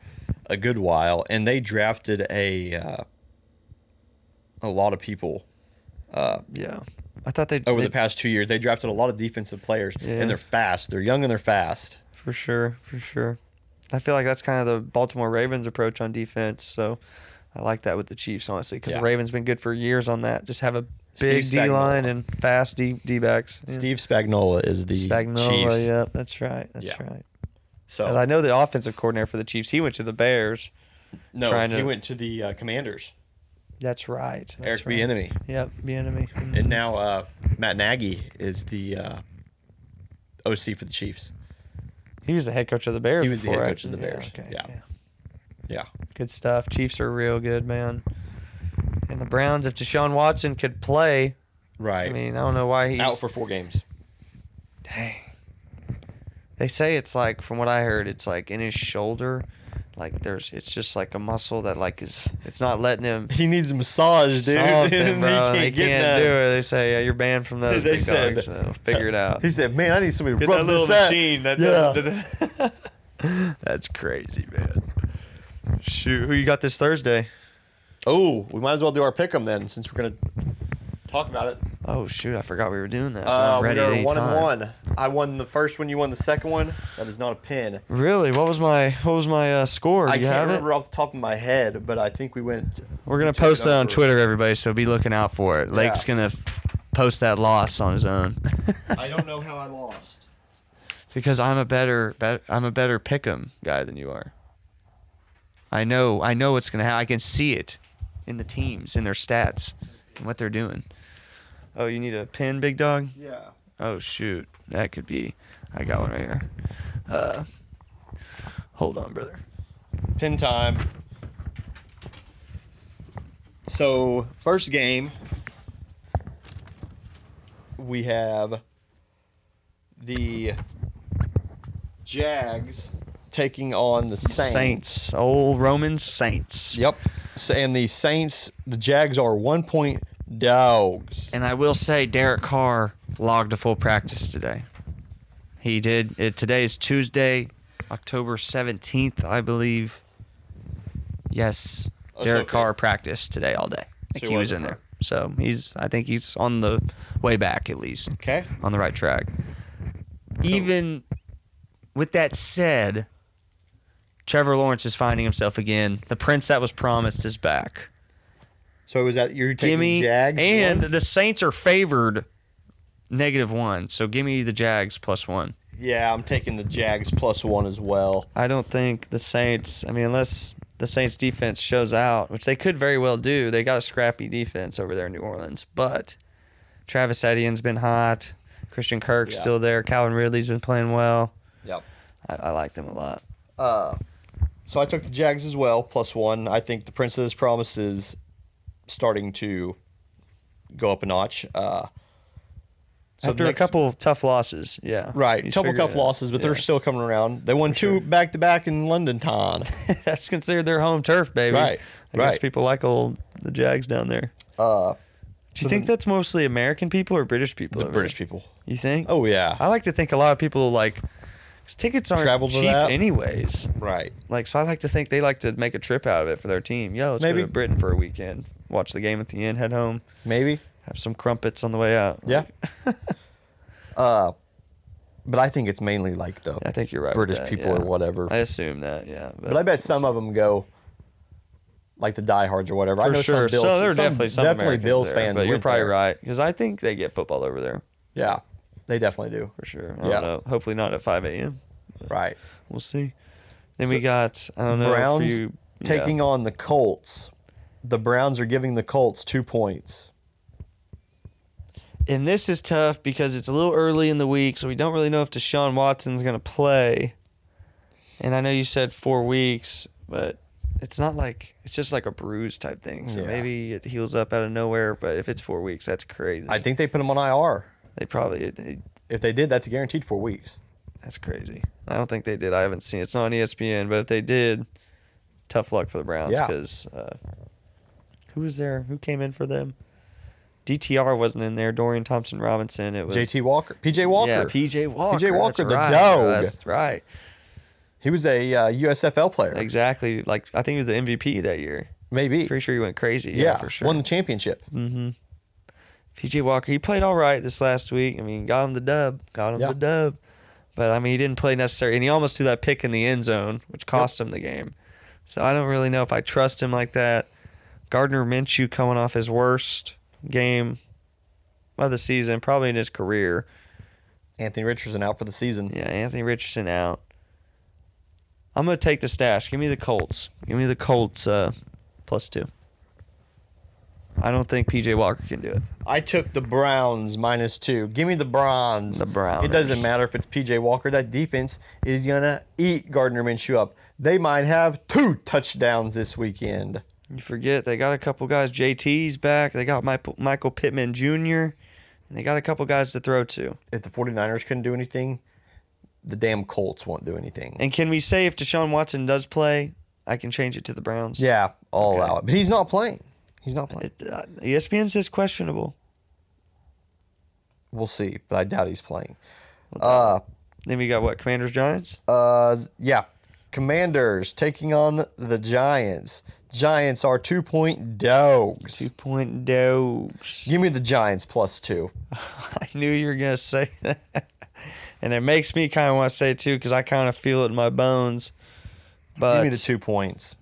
S1: a good while, and they drafted a uh, a lot of people
S2: Yeah. I thought they
S1: Uh, over
S2: they,
S1: the past two years. They drafted a lot of defensive players,
S2: Yeah.
S1: and they're fast. They're young and they're fast.
S2: For sure, for sure. I feel like that's kind of the Baltimore Ravens approach on defense. So I like that with the Chiefs, honestly, because
S1: Yeah.
S2: the Ravens been good for years on that. Just have a
S1: Steve
S2: big D
S1: Spagnuolo.
S2: line and fast D D backs. Yeah.
S1: Steve Spagnuolo is the
S2: Spagnuolo,
S1: Chiefs.
S2: yep, that's right, that's
S1: Yeah.
S2: right. And I
S1: So
S2: know the offensive coordinator for the Chiefs. He went to the Bears.
S1: no,
S2: trying
S1: he
S2: to-
S1: went to the uh, Commanders.
S2: That's right.
S1: Eric
S2: That's right.
S1: Bieniemy,
S2: Yep, Mm. Bienemy.
S1: and now uh, Matt Nagy is the uh, OC for the Chiefs.
S2: He was the head coach of the Bears.
S1: He was the head
S2: before,
S1: coach of the
S2: right?
S1: Bears, yeah. Yeah,
S2: Good stuff. Chiefs are real good, man. And the Browns, if Deshaun Watson could play,
S1: right.
S2: I mean, I don't know why he's
S1: Out for four games.
S2: Dang. They say it's like, from what I heard, it's like in his shoulder, like there's, it's just like a muscle that like is, it's not letting him.
S1: He needs a massage, dude.
S2: Something, bro.
S1: he
S2: they
S1: can't, get
S2: can't
S1: none.
S2: do it. They say, yeah, you're banned from those.
S1: They
S2: big
S1: said-
S2: dogs, so figure it out.
S1: He said, "Man, I need somebody to
S2: Get
S1: rub
S2: that little
S1: this out."
S2: machine. That
S1: yeah.
S2: That's crazy, man. Shoot, who you got this Thursday?
S1: Oh, we might as well do our pick 'em then, since we're gonna talk about it.
S2: Oh shoot, I forgot we were doing that.
S1: Uh,
S2: I'm
S1: we
S2: ready at
S1: are
S2: any
S1: one
S2: time.
S1: and one. I won the first one. You won the second one. That is not a pin.
S2: Really? What was my what was my uh, score? Do
S1: I
S2: you
S1: can't
S2: have it?
S1: remember off the top of my head, but I think we went.
S2: We're gonna
S1: we took
S2: post
S1: it
S2: that on
S1: over.
S2: Twitter, everybody. So be looking out for it. Lake's gonna f- post that loss on his own.
S1: I don't know how I lost.
S2: because I'm a better, bet, I'm a better pick'em guy than you are. I know, I know what's gonna happen. I can see it in the teams, in their stats, and what they're doing. Oh, you need a pin, big dog.
S1: Yeah.
S2: Oh shoot, that could be. I got one right here. Uh, hold on, brother.
S1: Pin time. So, first game, we have the Jags taking on the Saints.
S2: Saints, old Roman Saints.
S1: Yep. So, and the Saints, the Jags are one point dogs.
S2: And I will say, Derek Carr logged a full practice today. He did. It, today is Tuesday, October 17th, I believe. Yes.
S1: Oh, so
S2: Derek
S1: okay.
S2: Carr practiced today all day.
S1: So
S2: I think
S1: he
S2: he was
S1: wasn't
S2: in there.
S1: hurt.
S2: So he's, I think he's on the way back at least,
S1: Okay.
S2: on the right track. Even with that said, Trevor Lawrence is finding himself again. The prince that was promised is back.
S1: So, is that you're taking
S2: Give me
S1: Jags?
S2: and
S1: one?
S2: the Saints are favored negative one. So give me the Jags plus one.
S1: yeah, I'm taking the Jags plus one as well.
S2: I don't think the Saints. I mean, unless the Saints defense shows out, which they could very well do. They got a scrappy defense over there in New Orleans, but Travis Etienne's been hot. Christian Kirk's
S1: Yeah.
S2: still there. Calvin Ridley's been playing well.
S1: Yep.
S2: I, I like them a lot.
S1: So I took the Jags as well, plus one. I think the Princess Promise is starting to go up a notch. Uh, so
S2: After
S1: the
S2: a
S1: next-
S2: couple of tough losses, yeah,
S1: right,
S2: he's
S1: couple
S2: figured it
S1: cuff
S2: out.
S1: losses, but they're
S2: Yeah.
S1: still coming around. They won two back to back in London town.
S2: that's considered their home turf, baby.
S1: Right,
S2: I guess
S1: right.
S2: people like old the Jags down there.
S1: Uh,
S2: Do you think that's mostly American people or British people?
S1: the
S2: over
S1: British
S2: there?
S1: people.
S2: You think?
S1: Oh yeah,
S2: I like to think a lot of people like 'cause tickets aren't
S1: Travel to
S2: cheap
S1: that?
S2: anyways.
S1: right.
S2: Like so, I like to think they like to make a trip out of it for their team. Yo, let's
S1: Maybe.
S2: go to Britain for a weekend, watch the game at the end, head home,
S1: Maybe.
S2: have some crumpets on the way out.
S1: Yeah. uh, but I think it's mainly like the
S2: I think you're right. with
S1: British
S2: that,
S1: people
S2: yeah.
S1: or whatever.
S2: I assume that. Yeah,
S1: But I bet some of them go like the diehards or whatever. I
S2: For
S1: know
S2: sure.
S1: some Bills,
S2: so there are definitely some
S1: definitely
S2: Americans
S1: Bills
S2: there,
S1: fans.
S2: But you're
S1: went
S2: probably
S1: there.
S2: right because I think they get football over there
S1: Yeah, they definitely do.
S2: for sure. I
S1: Yeah.
S2: don't know. Hopefully not at 5 a.m.
S1: Right.
S2: We'll see. Then we got I don't know if
S1: Browns
S2: you- yeah.
S1: taking on the Colts. The Browns are giving the Colts two points.
S2: And this is tough because it's a little early in the week, so we don't really know if Deshaun Watson's going to play. And I know you said four weeks, but it's not like it's just like a bruise type thing. So
S1: Yeah.
S2: maybe it heals up out of nowhere. But if it's four weeks, that's crazy.
S1: I think they put him on IR.
S2: they probably they,
S1: If they did, that's guaranteed four weeks.
S2: that's crazy. I don't think they did. I haven't seen it. it's not on E ESPN, but if they did, tough luck for the Browns
S1: Yeah.
S2: because uh, who was there? Who came in for them? DTR wasn't in there. Dorian Thompson Robinson. It was
S1: JT Walker, PJ Walker.
S2: Yeah, PJ Walker.
S1: PJ Walker,
S2: that's
S1: the
S2: right.
S1: dog.
S2: That's right.
S1: he was a uh, USFL player,
S2: Exactly. Like I think he was the MVP that year.
S1: maybe.
S2: Pretty sure he went crazy.
S1: yeah,
S2: Yeah, for sure.
S1: won the championship.
S2: PJ Mm-hmm. Walker, he played all right this last week. I mean, got him the dub, got him
S1: Yeah.
S2: the dub. But I mean, he didn't play necessary, and he almost threw that pick in the end zone, which cost him the game. So I don't really know if I trust him like that. Gardner Minshew coming off his worst game of the season, probably in his career.
S1: Anthony Richardson out for the season.
S2: Yeah, Anthony Richardson out. I'm gonna take the stash. Give me the Colts. Give me the Colts uh, plus two. I don't think PJ Walker can do it.
S1: I took the Browns minus two. Give me the Browns.
S2: The Browners.
S1: It doesn't matter if it's PJ Walker. That defense is gonna eat Gardner Minshew up. They might have two touchdowns this weekend.
S2: You forget they got a couple guys. JT's back. They got Michael, Michael Pittman Jr. And they got a couple guys to throw to.
S1: If the 49ers couldn't do anything, the damn Colts won't do anything.
S2: And can we say if Deshaun Watson does play, I can change it to the Browns?
S1: yeah, all will out. But he's not playing. He's not playing.
S2: It, uh, ESPN says questionable.
S1: We'll see, but I doubt he's playing.
S2: Then we got what? Commanders Giants.
S1: Uh, yeah. Commanders taking on the Giants. Giants are two point dogs.
S2: Two point dogs.
S1: Give me the Giants plus two.
S2: I knew you were gonna say that, and it makes me kind of want to say it too because I kind of feel it in my bones. But
S1: Give me the two points.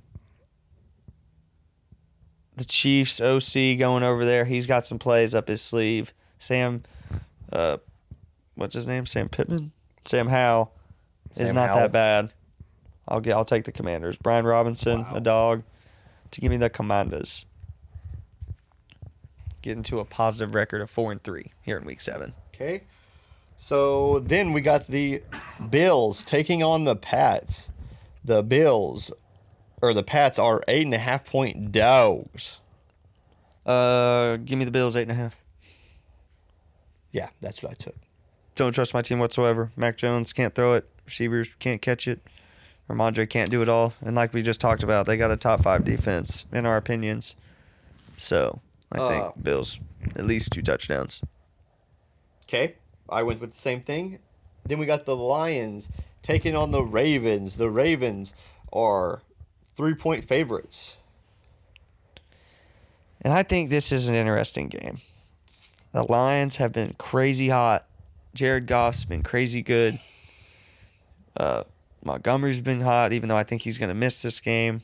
S2: the Chiefs OC going over there. He's got some plays up his sleeve. Sam, uh, what's his name? Sam Pittman. Sam Howell is
S1: Sam
S2: not
S1: Howell.
S2: that bad. I'll get. I'll take the Commanders. Brian Robinson, a dog, to give me the Commanders. Getting to a positive record of four and three here in week seven.
S1: Okay. So then we got the Bills taking on the Pats. The Bills or the Pats are eight and a half point dogs.
S2: Uh, give me the Bills eight and a half.
S1: Yeah, that's what I took.
S2: Don't trust my team whatsoever. Mac Jones can't throw it. Receivers can't catch it. Ramondre can't do it all. And like we just talked about, they got a top five defense in our opinions. So I
S1: Uh,
S2: think Bills at least two touchdowns.
S1: Okay. I went with the same thing. Then we got the Lions taking on the Ravens. The Ravens are three point favorites.
S2: And I think this is an interesting game. The Lions have been crazy hot. Jared Goff's been crazy good. Uh, Montgomery's been hot, even though I think he's going to miss this game.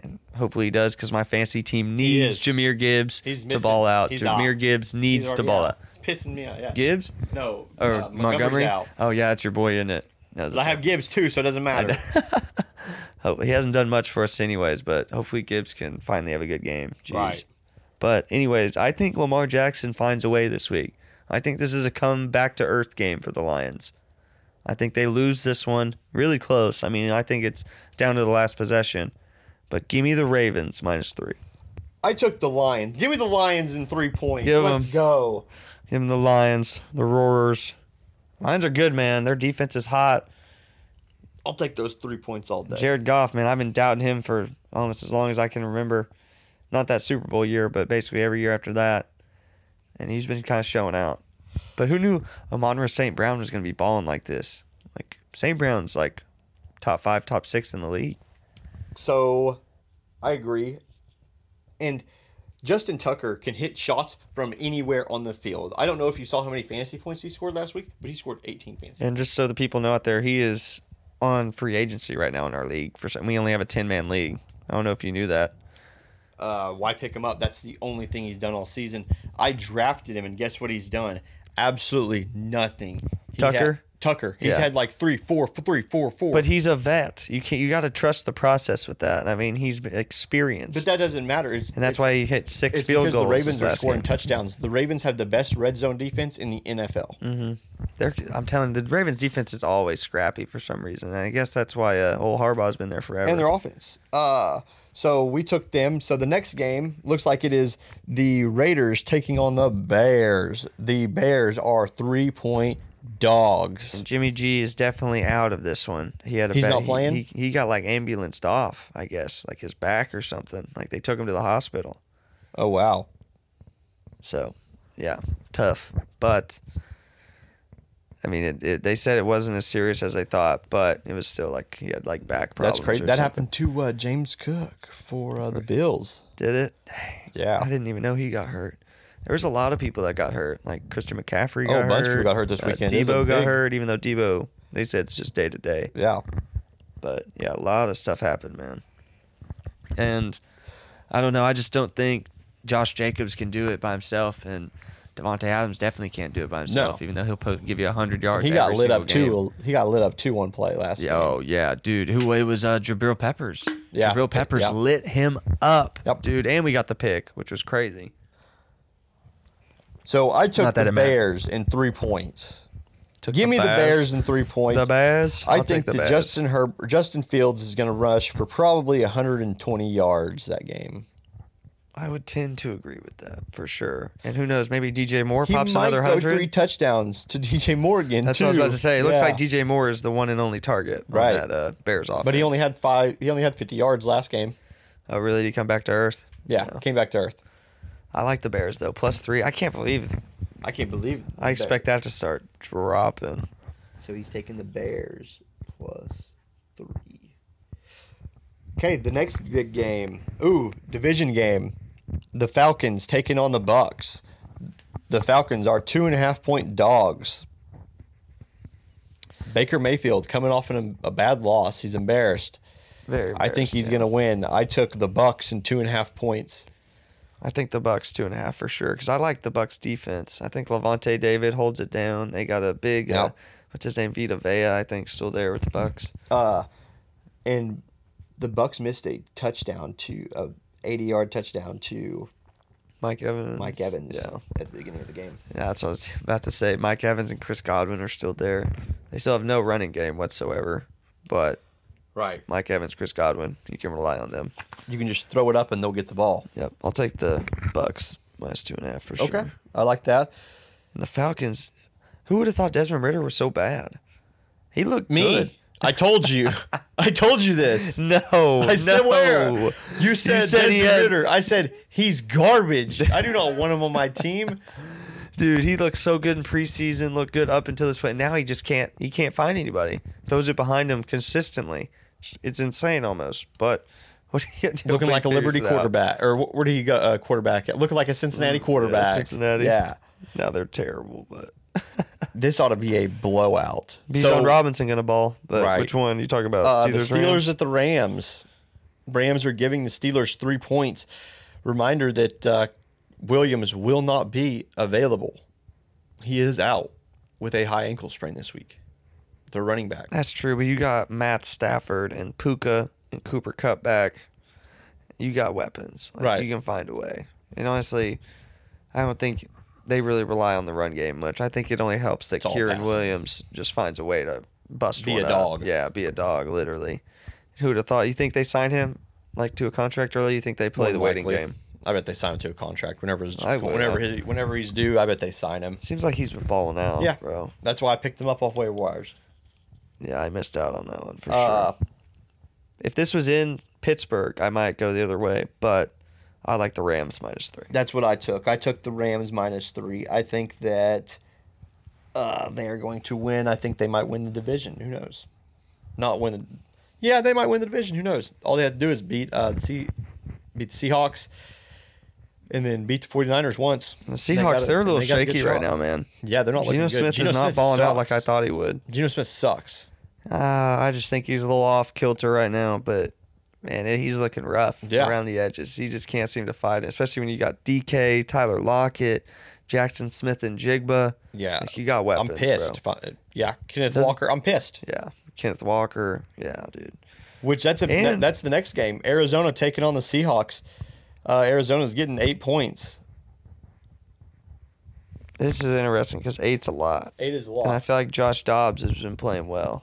S2: And hopefully he does because my fantasy team
S1: is.
S2: needs Jameer Gibbs
S1: He's
S2: to
S1: missing.
S2: ball out.
S1: He's
S2: Jameer
S1: out.
S2: Gibbs needs
S1: He's
S2: to
S1: already
S2: ball
S1: out.
S2: out.
S1: It's pissing me out. Yeah.
S2: Gibbs
S1: No.
S2: or
S1: uh, Montgomery's
S2: Montgomery?
S1: out.
S2: Oh, yeah, it's your boy, isn't it? That was a
S1: I have Gibbs too, so it doesn't matter.
S2: Hope- he hasn't done much for us anyways, but hopefully Gibbs can finally have a good game. Jeez.
S1: Right.
S2: But anyways, I think Lamar Jackson finds a way this week. I think this is a come back to earth game for the Lions. I think they lose this one really close. I mean, I think it's down to the last possession. But give me the Ravens minus three.
S1: I took the Lions. Give me the Lions in three points.
S2: Give 'em.
S1: Let's go.
S2: Him, the Lions, the Roarers. Lions are good, man. Their defense is hot.
S1: I'll take those three points all day.
S2: Jared Goff, man, I've been doubting him for almost as long as I can remember. Not that Super Bowl year, but basically every year after that. And he's been kind of showing out. But who knew Amonra St. Brown was going to be balling like this? Like, St. Brown's like top five, top six in the league.
S1: So, I agree. And Justin Tucker can hit shots from anywhere on the field. I don't know if you saw how many fantasy points he scored last week, but he scored 18 fantasy.
S2: And just so the people know out there, he is on free agency right now in our league. For some, we only have a 10 man league. I don't know if you knew that.
S1: Uh, why pick him up? That's the only thing he's done all season. I drafted him, and guess what he's done? Absolutely nothing. He
S2: Tucker?
S1: Tucker. He's
S2: Yeah.
S1: had like three, four, f- three, four, four.
S2: But he's a vet. You can not you got to trust the process with that. I mean, he's experienced,
S1: But that doesn't matter. It's,
S2: and that's
S1: it's-
S2: why he hit six
S1: it's
S2: field
S1: because
S2: goals.
S1: the Ravens
S2: this
S1: are
S2: last
S1: scoring
S2: game.
S1: touchdowns. The Ravens have the best red zone defense in the NFL.
S2: Mm. They're, I'm telling you, the Ravens defense is always scrappy for some reason, and I guess that's why uh, old Harbaugh's been there forever.
S1: and their offense. Uh, so we took them. So the next game looks like it is the Raiders taking on the Bears. The Bears are three point dogs.
S2: Jimmy G is definitely out of this one. He had a
S1: He's
S2: bad-
S1: not
S2: he-
S1: playing?
S2: He, he got like ambulanced off, I guess, like his back or something. Like they took him to the hospital.
S1: Oh wow.
S2: So, yeah, tough. But I mean, it, it, they said it wasn't as serious as they thought, but it was still like he had like back problems.
S1: That's crazy.
S2: or
S1: That
S2: something.
S1: happened to uh, James Cook for uh, the Bills.
S2: Did it? Dang.
S1: Yeah.
S2: I didn't even know he got hurt. There was a lot of people that got hurt. Like Christian McCaffrey
S1: Oh,
S2: got
S1: a bunch of
S2: hurt.
S1: people got hurt this
S2: Uh,
S1: weekend. It was a
S2: Debo got
S1: big-
S2: hurt, even though Debo, they said it's just day to day.
S1: Yeah.
S2: But yeah, a lot of stuff happened, man. And I don't know. I just don't think Josh Jacobs can do it by himself, and Devontae Adams definitely can't do it by himself. Even though he'll po- give you hundred yards.
S1: He got lit
S2: every single
S1: up two.
S2: game.
S1: He got lit up two one play last.
S2: Yeah,
S1: game.
S2: oh yeah, dude. Who it was uh, Jabril Peppers?
S1: Yeah,
S2: Jabril Peppers
S1: yeah.
S2: lit him up,
S1: Yep.
S2: dude. And we got the pick, which was crazy.
S1: So I took
S2: Not that
S1: the
S2: it mattered.
S1: Bears in three points.
S2: Took
S1: Give me the
S2: Baz-
S1: Bears in three points.
S2: The Bears.
S1: I
S2: I'll take
S1: think
S2: the
S1: that
S2: Bears.
S1: Justin Herb, Justin Fields is going to rush for probably 120 yards that game.
S2: I would tend to agree with that for sure. And who knows? Maybe DJ Moore
S1: He
S2: pops
S1: might
S2: another
S1: throw three
S2: hundred.
S1: touchdowns to DJ Morgan.
S2: That's what I was about
S1: too.
S2: to say. It looks
S1: Yeah.
S2: like DJ Moore is the one and only target
S1: Right.
S2: on that uh, Bears offense.
S1: But he only had five. He only had 50 yards last game.
S2: Oh, really? Did he come back to earth?
S1: Yeah, came back to earth.
S2: I like the Bears though. Plus three. I can't believe.
S1: I can't believe.
S2: I expect that to start dropping.
S1: So he's taking the Bears plus three. Okay, the next big game. Ooh, division game. The Falcons taking on the Bucks. The Falcons are two and a half point dogs. Baker Mayfield coming off an, a bad loss. He's embarrassed.
S2: Very.
S1: I think
S2: embarrassed,
S1: he's
S2: yeah.
S1: going to win. I took the Bucks in two and a half points.
S2: I think the Bucks two and a half for sure because I like the Bucks defense. I think Levante David holds it down. They got a big
S1: Yeah.
S2: uh, what's his name Vita Vea I think still there with the Bucks.
S1: Uh, and the Bucks missed a touchdown to a 80 yard touchdown to
S2: Mike Evans.
S1: Mike Evans
S2: Yeah.
S1: at the beginning of the game.
S2: yeah, that's what I was about to say. Mike Evans and Chris Godwin are still there. They still have no running game whatsoever, but
S1: Right.
S2: Mike Evans, Chris Godwin, you can rely on them.
S1: You can just throw it up and they'll get the ball.
S2: Yep, I'll take the Bucks minus two and a half for sure.
S1: Sure. I like that.
S2: And the Falcons. Who would have thought Desmond Ritter was so bad? He looked
S1: Me.
S2: good.
S1: I told you. I told you this.
S2: No,
S1: I
S2: no.
S1: swear. You said,
S2: said
S1: Desmond
S2: he had-
S1: Ritter. I said he's garbage. I do not want him on my team.
S2: Dude, he looked so good in preseason, looked good up until this point. Now he just can't he can't find anybody. Throws it behind him consistently. It's insane almost. But what do you do?
S1: Looking like a
S2: Figures
S1: Liberty
S2: it out.
S1: quarterback. Or wh- where did he go? Uh, quarterback. at? Looking like a Mm, Cincinnati quarterback.
S2: Cincinnati.
S1: Yeah.
S2: Now they're terrible, but
S1: This ought to be a blowout.
S2: Bijan
S1: So,
S2: Robinson gonna ball. But
S1: Right.
S2: which one you talking about?
S1: uh, the
S2: Steelers,
S1: Steelers
S2: Rams?
S1: at the Rams. Rams are giving the Steelers three points. Reminder that uh, Williams will not be available. He is out with a high ankle sprain this week. The running back.
S2: That's true, but you got Matt Stafford and Puka and Cooper Cup back. You got weapons. Like,
S1: Right.
S2: You can find a way. And honestly, I don't think they really rely on the run game much. I think it only helps that
S1: all
S2: Kieran
S1: passing.
S2: Williams just finds a way to bust
S1: Be
S2: one
S1: a
S2: up.
S1: dog.
S2: Yeah, be a dog, literally. Who would have thought? You think they signed him like to a contract early? You think they
S1: More
S2: play the
S1: than
S2: waiting
S1: likely.
S2: game?
S1: I bet they sign him to a contract whenever his,
S2: I would,
S1: whenever
S2: yeah.
S1: his, whenever he's due. I bet they sign him.
S2: Seems like he's been balling out,
S1: Yeah.
S2: bro.
S1: That's why I picked him up off waiver wires.
S2: Yeah, I missed out on that one for
S1: Uh,
S2: sure. If this was in Pittsburgh, I might go the other way, but I like the Rams minus three.
S1: That's what I took. I took the Rams minus three. I think that uh, they are going to win. I think they might win the division. Who knows? Not win. The, yeah, they might win the division. Who knows? All they have to do is beat uh, the Se- beat the Seahawks, and then beat the 49ers once.
S2: The
S1: They got
S2: Seahawks,
S1: a-
S2: they are a little
S1: they got good
S2: shaky right
S1: shot.
S2: now, man.
S1: Yeah, they're not looking
S2: Geno
S1: good.
S2: Smith
S1: Geno
S2: is not
S1: Smith
S2: balling out like
S1: sucks.
S2: I thought he would.
S1: Geno Smith sucks.
S2: Uh, I just think he's a little off kilter right now, but man, he's looking rough
S1: Yeah.
S2: around the edges. He just can't seem to fight it, especially when you got DK, Tyler Lockett, Jackson Smith and Jigba.
S1: Yeah.
S2: Like you got weapons.
S1: I'm pissed.
S2: bro.
S1: If I, yeah, Kenneth
S2: Doesn't-
S1: Walker. I'm pissed.
S2: Yeah. Kenneth Walker. Yeah, dude.
S1: Which that's a,
S2: And-
S1: that's the next game. Arizona taking on the Seahawks. Uh, Arizona's getting eight points.
S2: This is interesting because eight's a lot.
S1: Eight is a
S2: And I
S1: lot.
S2: feel like Josh Dobbs has been playing well.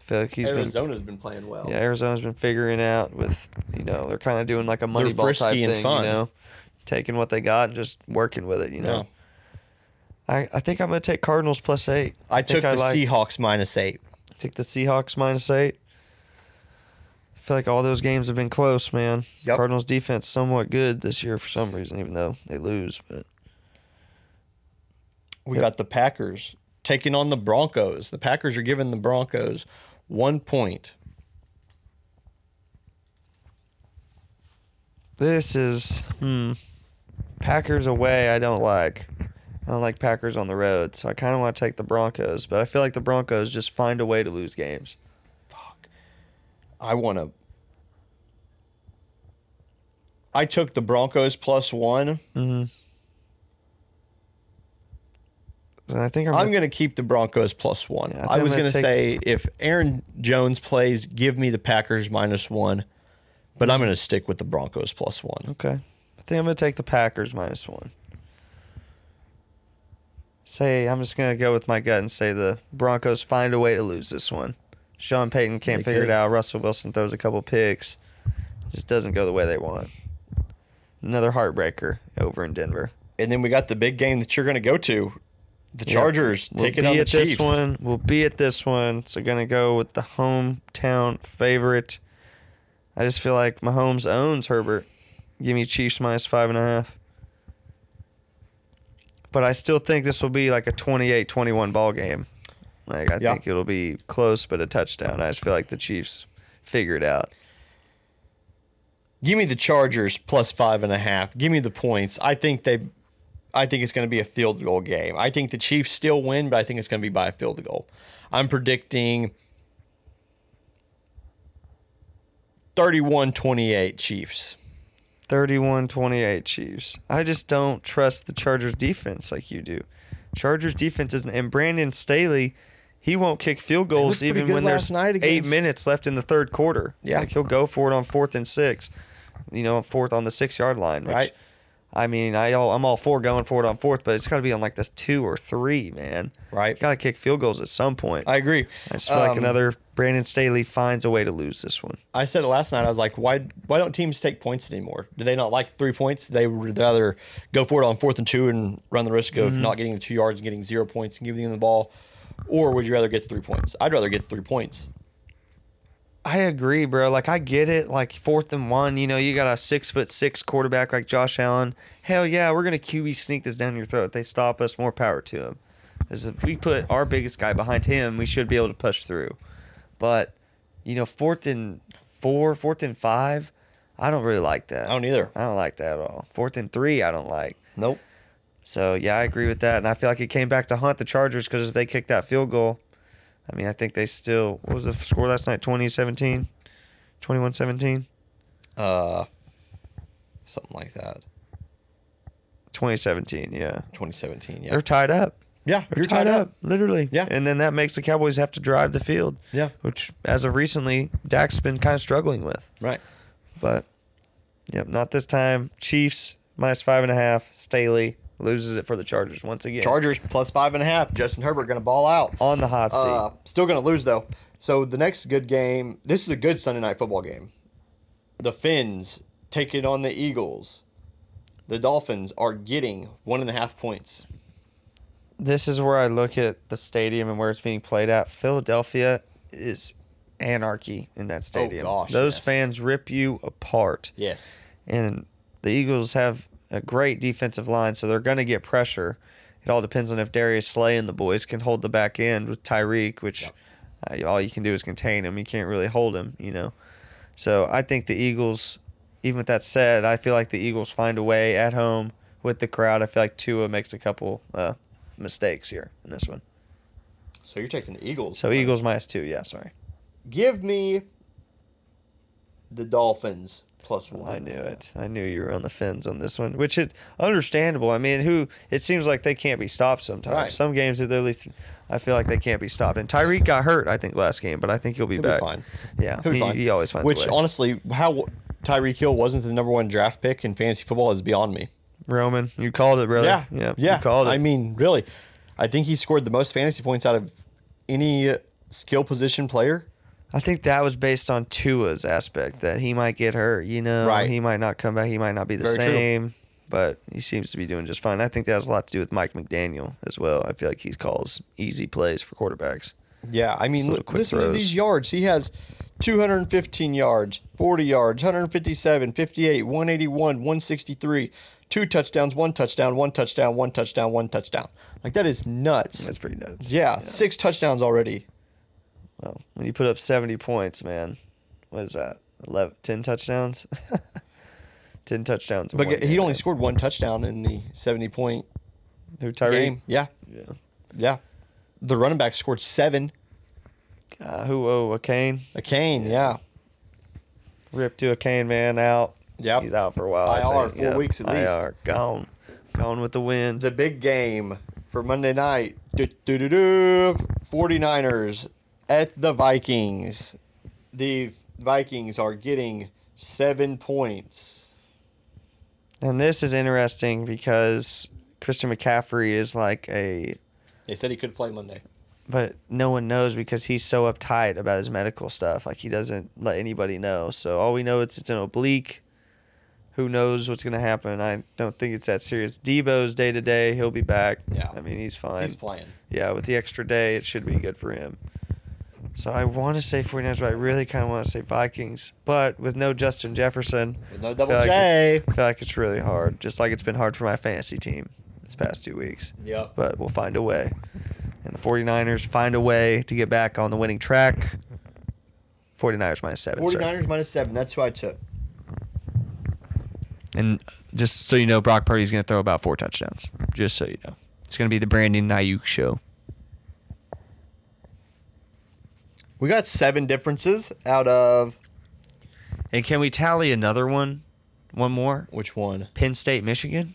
S2: I feel like he's been
S1: Arizona's been playing well.
S2: Yeah, Arizona's been figuring out with you know they're kind of doing like a money ball
S1: frisky
S2: type
S1: and
S2: thing,
S1: fun.
S2: you know, taking what they got and just working with it. You know, I, I think I'm gonna take Cardinals plus eight.
S1: I
S2: think
S1: took the
S2: like-
S1: Seahawks minus eight.
S2: Take the Seahawks minus eight. I feel like all those games have been close, man.
S1: Yep.
S2: Cardinals defense somewhat good this year for some reason, even though they lose. But
S1: We got the Packers taking on the Broncos. The Packers are giving the Broncos one point.
S2: this is hmm, Packers away. I don't like. I don't like Packers on the road, so I kind of want to take the Broncos. But I feel like the Broncos just find a way to lose games.
S1: I want to. I took the Broncos plus one.
S2: Mm-hmm. And I think I'm,
S1: I'm
S2: gonna-
S1: going to keep the Broncos plus one.
S2: Yeah, I think
S1: I
S2: I'm
S1: was
S2: gonna
S1: going to
S2: take-
S1: say if Aaron Jones plays, give me the Packers minus one, but I'm going to stick with the Broncos plus one.
S2: okay. I think I'm gonna take the Packers minus one. Say I'm just gonna go with my gut and say the Broncos find a way to lose this one. Sean Payton can't
S1: They
S2: figure
S1: could.
S2: it out. Russell Wilson throws a couple picks. Just doesn't go the way they want. Another heartbreaker over in Denver.
S1: And then we got the big game that you're going to go to. The Chargers
S2: We'll
S1: taking
S2: be
S1: on the
S2: at
S1: Chiefs.
S2: this one. We'll be at this one. So gonna go with the hometown favorite. I just feel like Mahomes owns Herbert. Give me Chiefs minus five and a half. But I still think this will be like a 28-21 ball game. Like I
S1: Yeah.
S2: think it'll be close, but a touchdown. I just feel like the Chiefs figure it out.
S1: Give me the Chargers plus five and a half. Give me the points. I think they, I think it's going to be a field goal game. I think the Chiefs still win, but I think it's going to be by a field goal. I'm predicting 31-28 Chiefs.
S2: 31-28 Chiefs. I just don't trust the Chargers defense like you do. Chargers defense isn't and Brandon Staley, he won't kick field
S1: looked
S2: goals
S1: pretty
S2: even
S1: good
S2: when
S1: last
S2: there's
S1: night
S2: eight
S1: against-
S2: minutes left in the third quarter.
S1: Yeah.
S2: Like he'll go for it on fourth and six. You know, fourth on the six yard line, which
S1: Right.
S2: I mean, I all I'm all for going for it on fourth, but it's gotta be on like this two or three, man.
S1: Right.
S2: You gotta kick field goals at some point.
S1: I agree.
S2: I just feel like
S1: Um,
S2: another Brandon Staley finds a way to lose this one.
S1: I said it last night. I was like, why why don't teams take points anymore? Do they not like three points? They would rather go for it on fourth and two and run the risk
S2: Mm-hmm.
S1: of not getting the two yards and getting zero points and giving them the ball. Or would you rather get three points? I'd rather get three points.
S2: I agree, bro. Like I get it. Like fourth and one, you know, you got a six foot six quarterback like Josh Allen. Hell yeah, we're gonna QB sneak this down your throat. If they stop us, more power to him. Because if we put our biggest guy behind him, we should be able to push through. But you know, fourth and four, fourth and five, I don't really like that.
S1: I don't either.
S2: I don't like that at all. Fourth and three, I don't like.
S1: Nope.
S2: So yeah, I agree with that, and I feel like it came back to haunt the Chargers because if they kicked that field goal, I mean, I think they still what was the score last night? 20-17? 21-17?
S1: Uh, something like that.
S2: 2017, yeah.
S1: 2017. Yeah.
S2: They're tied up.
S1: yeah.
S2: They're tied, up, literally.
S1: Yeah.
S2: And then that makes the Cowboys have to drive the field.
S1: Yeah.
S2: Which, as of recently, Dak's been kind of struggling with.
S1: Right.
S2: But, yep, not this time. Chiefs minus five and a half. Staley loses it for the Chargers once again.
S1: Chargers plus five and a half. Justin Herbert going to ball out.
S2: on the hot seat.
S1: Uh, still going to lose though. So the next good game. This is a good Sunday night football game. The Finns taking on the Eagles. The Dolphins are getting one and a half points.
S2: this is where I look at the stadium and where it's being played at. Philadelphia is anarchy in that stadium.
S1: Oh, gosh,
S2: Those
S1: yes.
S2: fans rip you apart.
S1: Yes.
S2: And the Eagles have a great defensive line, so they're going to get pressure. It all depends on if Darius Slay and the boys can hold the back end with Tyreek, which uh, all you can do is contain him. You can't really hold him, you know. So I think the Eagles, even with that said, I feel like the Eagles find a way at home with the crowd. I feel like Tua makes a couple uh, mistakes here in this one.
S1: So you're taking the Eagles.
S2: So Eagles minus two, yeah, sorry.
S1: Give me the Dolphins plus one.
S2: I knew it. I knew you were on the fence on this one, which is understandable. I mean, who it seems like they can't be stopped sometimes.
S1: Right.
S2: Some games, at least, I feel like they can't be stopped. And Tyreek got hurt, I think, last game, but I think he'll be
S1: He'll be
S2: back.
S1: fine.
S2: Yeah,
S1: He'll be
S2: he,
S1: fine.
S2: he always finds
S1: Which
S2: a way.
S1: honestly, how Tyreek Hill wasn't the number one draft pick in fantasy football is beyond me.
S2: Roman, you called it, brother.
S1: Yeah,
S2: yeah,
S1: yeah.
S2: You called it.
S1: I mean, really, I think he scored the most fantasy points out of any uh, skill position player.
S2: I think that was based on Tua's aspect that he might get hurt. You know,
S1: Right.
S2: he might not come back. He might not be the
S1: Very true.
S2: same. But he seems to be doing just fine. I think that has a lot to do with Mike McDaniel as well. I feel like he calls easy plays for quarterbacks.
S1: Yeah, I mean,
S2: Just little
S1: look,
S2: quick
S1: listen to
S2: throws.
S1: these yards. He has 215 yards, 40 yards, 157, 58, 181, 163, two touchdowns, one touchdown, one touchdown, one touchdown, one touchdown. Like that is nuts.
S2: That's pretty nuts.
S1: yeah, six touchdowns already.
S2: Well, Oh, when you put up 70 points, man, what is that? 11, 10 touchdowns? 10 touchdowns. in
S1: But
S2: one
S1: he
S2: game,
S1: only
S2: man.
S1: scored one touchdown in the 70 point
S2: Who, Tyreek?
S1: game. Yeah,
S2: Yeah.
S1: yeah. The running back scored seven.
S2: Uh, who? Oh, a Kane.
S1: A cane, yeah.
S2: Rip to a Kane man out.
S1: Yep.
S2: He's out for a while. I
S1: IR,
S2: think.
S1: four weeks at least.
S2: IR, gone. Gone with the wind.
S1: The big game for Monday night. Du- du- du- du. 49ers at the Vikings. The Vikings are getting seven points.
S2: and this is interesting because Christian McCaffrey is like a
S1: They said he could play Monday.
S2: but no one knows because he's so uptight about his medical stuff. Like he doesn't let anybody know. So all we know is it's an oblique. Who knows what's gonna happen? I don't think it's that serious. Debo's day to day. He'll be back.
S1: Yeah.
S2: I mean he's fine.
S1: He's playing.
S2: yeah, with the extra day, it should be good for him. So I want to say 49ers, but I really kind of want to say Vikings. But with no Justin Jefferson,
S1: With no
S2: I
S1: double
S2: feel like it's-
S1: J.
S2: I feel like it's really hard, just like it's been hard for my fantasy team this past two weeks.
S1: Yep.
S2: But we'll find a way. And the 49ers find a way to get back on the winning track. 49ers minus seven. sir.
S1: 49ers minus seven. That's who I took.
S2: And just so you know, Brock Purdy's going to throw about four touchdowns. Just so you know. It's going to be the Brandon Ayuk show.
S1: We got seven differences out of
S2: And can we tally another one? One more?
S1: which one?
S2: Penn State, Michigan?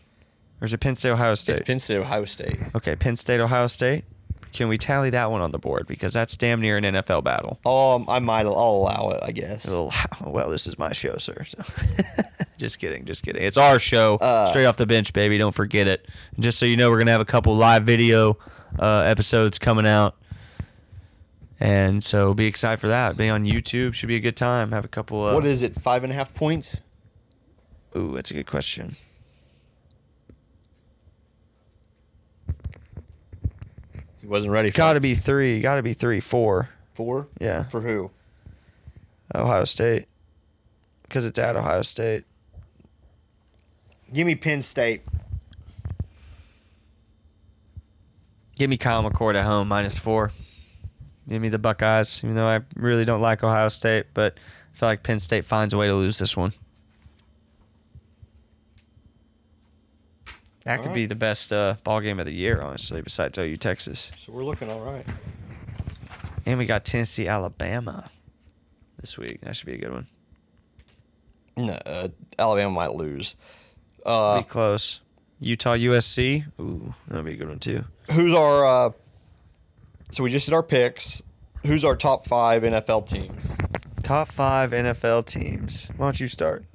S2: Or is it Penn State, Ohio State?
S1: It's Penn State, Ohio State.
S2: okay, Penn State, Ohio State. Can we tally that one on the board? Because that's damn near an NFL battle.
S1: Um, I might. I'll allow it. I guess.
S2: Well, well, this is my show, sir. So. just kidding, just kidding. It's our show,
S1: Uh,
S2: straight off the bench, baby. Don't forget it. And just so you know, we're gonna have a couple live video uh, episodes coming out, and so be excited for that. Be on YouTube. Should be a good time. Have a couple. Uh,
S1: What is it? Five and a half points.
S2: Ooh, that's a good question.
S1: He wasn't ready. For
S2: Got to be three. Got to be three, four.
S1: four.
S2: Yeah,
S1: For who?
S2: Ohio State, because it's at Ohio State.
S1: Give me Penn State.
S2: Give me Kyle McCord at home minus four. Give me the Buckeyes, even though I really don't like Ohio State, but I feel like Penn State finds a way to lose this one. That
S1: All
S2: could
S1: right.
S2: be the best uh, ball game of the year, honestly, besides OU Texas.
S1: So we're looking all right.
S2: And we got Tennessee Alabama this week. That should be a good one.
S1: No, uh, Alabama might lose. Uh,
S2: be close. Utah USC. Ooh, that'd be a good one too.
S1: who's our? Uh, so we just did our picks. Who's our top five NFL teams?
S2: Top five NFL teams. Why don't you start?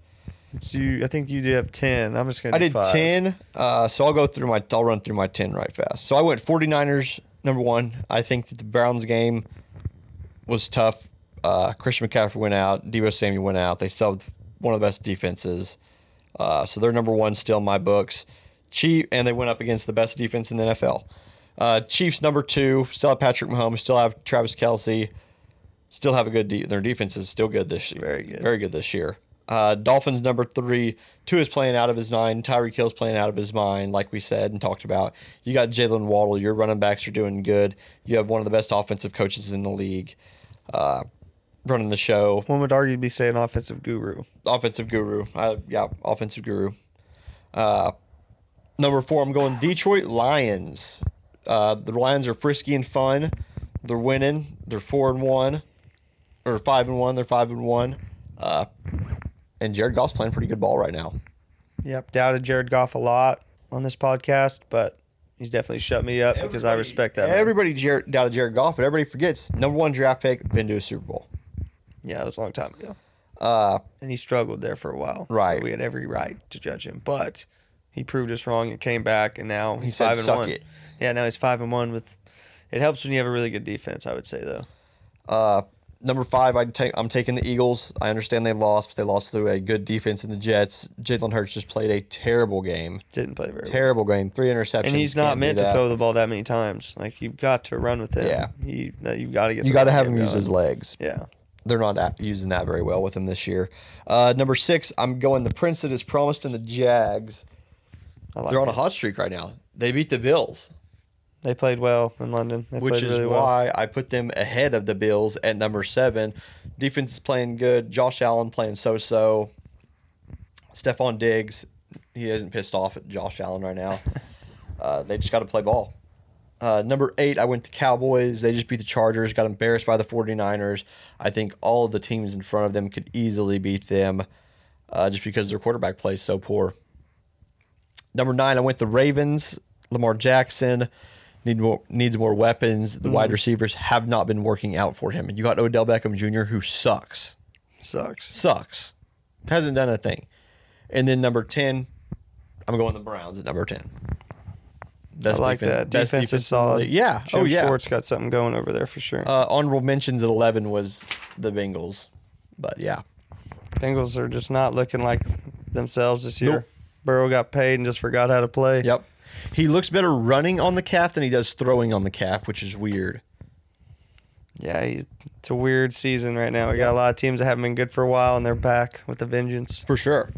S2: So you, I think you do have ten. I'm just gonna.
S1: I
S2: do
S1: did
S2: five.
S1: ten. Uh, so I'll go through my. I'll run through my ten right fast. So I went 49ers number one. I think that the Browns game was tough. Uh, Christian McCaffrey went out. Debo Samuel went out. They still have one of the best defenses. Uh, so they're number one still in my books. Chief and they went up against the best defense in the NFL. Uh, Chiefs number two. Still have Patrick Mahomes. Still have Travis Kelsey. Still have a good. De- their defense is still good this year.
S2: Very good.
S1: Very good this year. Uh, Dolphins number three. Two is playing out of his mind. Tyreek Hill's playing out of his mind, like we said and talked about. You got Jalen Waddle. Your running backs are doing good. You have one of the best offensive coaches in the league uh, running the show,
S2: One would arguably say an offensive guru.
S1: offensive guru. I, yeah, offensive guru. Uh, number four, I'm going Detroit Lions. Uh, the Lions are frisky and fun. They're winning. They're four and one, or five and one. They're five and one. Uh, And Jared Goff's playing pretty good ball right now.
S2: Yep, doubted Jared Goff a lot on this podcast, but he's definitely shut me up because I
S1: Everybody-
S2: respect that. man.
S1: Everybody Jared, doubted Jared Goff, but everybody forgets number one draft pick, been to a Super Bowl.
S2: yeah, it was a long time ago,
S1: Uh,
S2: and he struggled there for a while. so
S1: Right.
S2: we had every right to judge him, but he proved us wrong and came back, and now he's
S1: said,
S2: five and
S1: "Suck
S2: one.
S1: it."
S2: Yeah, now he's five and one with. It helps when you have a really good defense, I would say though.
S1: uh, number five, I'd take, I'm taking the Eagles. I understand they lost, but they lost through a good defense in the Jets. Jalen Hurts just played a terrible game.
S2: Didn't play very well.
S1: Terrible game. Three interceptions.
S2: And he's not
S1: Can't do
S2: meant to
S1: that.
S2: throw the ball that many times. Like you've got to run with him.
S1: Yeah.
S2: you you've got to get.
S1: You
S2: got to
S1: have him use his legs.
S2: Yeah,
S1: They're not at, using that very well with him this year. Uh, number six, I'm going the Prince that is promised in the Jags.
S2: I like
S1: They're on
S2: it.
S1: a hot streak right now. They beat the Bills,
S2: They played well in London. They
S1: which
S2: played
S1: is
S2: really well.
S1: why I put them ahead of the Bills at number seven. Defense is playing good. Josh Allen playing so so. Stephon Diggs, he isn't pissed off at Josh Allen right now. uh, they just got to play ball. Uh, number eight, I went the Cowboys. They just beat the Chargers, got embarrassed by the 49ers. I think all of the teams in front of them could easily beat them uh, just because their quarterback play is so poor. Number nine, I went the Ravens. Lamar Jackson need more, needs more weapons.
S2: Mm-hmm.
S1: The wide receivers have not been working out for him. And you got Odell Beckham Jr., who sucks
S2: Sucks.
S1: sucks. Hasn't done a thing. And then number 10, I'm going the Browns at number 10. Best
S2: I like that.
S1: best
S2: Defense, is
S1: in the
S2: solid.
S1: league. Yeah.
S2: Jim
S1: oh, yeah.
S2: Schwartz got something going over there for sure.
S1: Uh, honorable mentions at 11 was the Bengals. But yeah.
S2: Bengals are just not looking like themselves this year.
S1: Nope.
S2: Burrow got paid and just forgot how to play.
S1: Yep. He looks better running on the calf than he does throwing on the calf, which is weird.
S2: Yeah, he, it's a weird season right now. We got a lot of teams that haven't been good for a while, and they're back with a vengeance.
S1: For sure.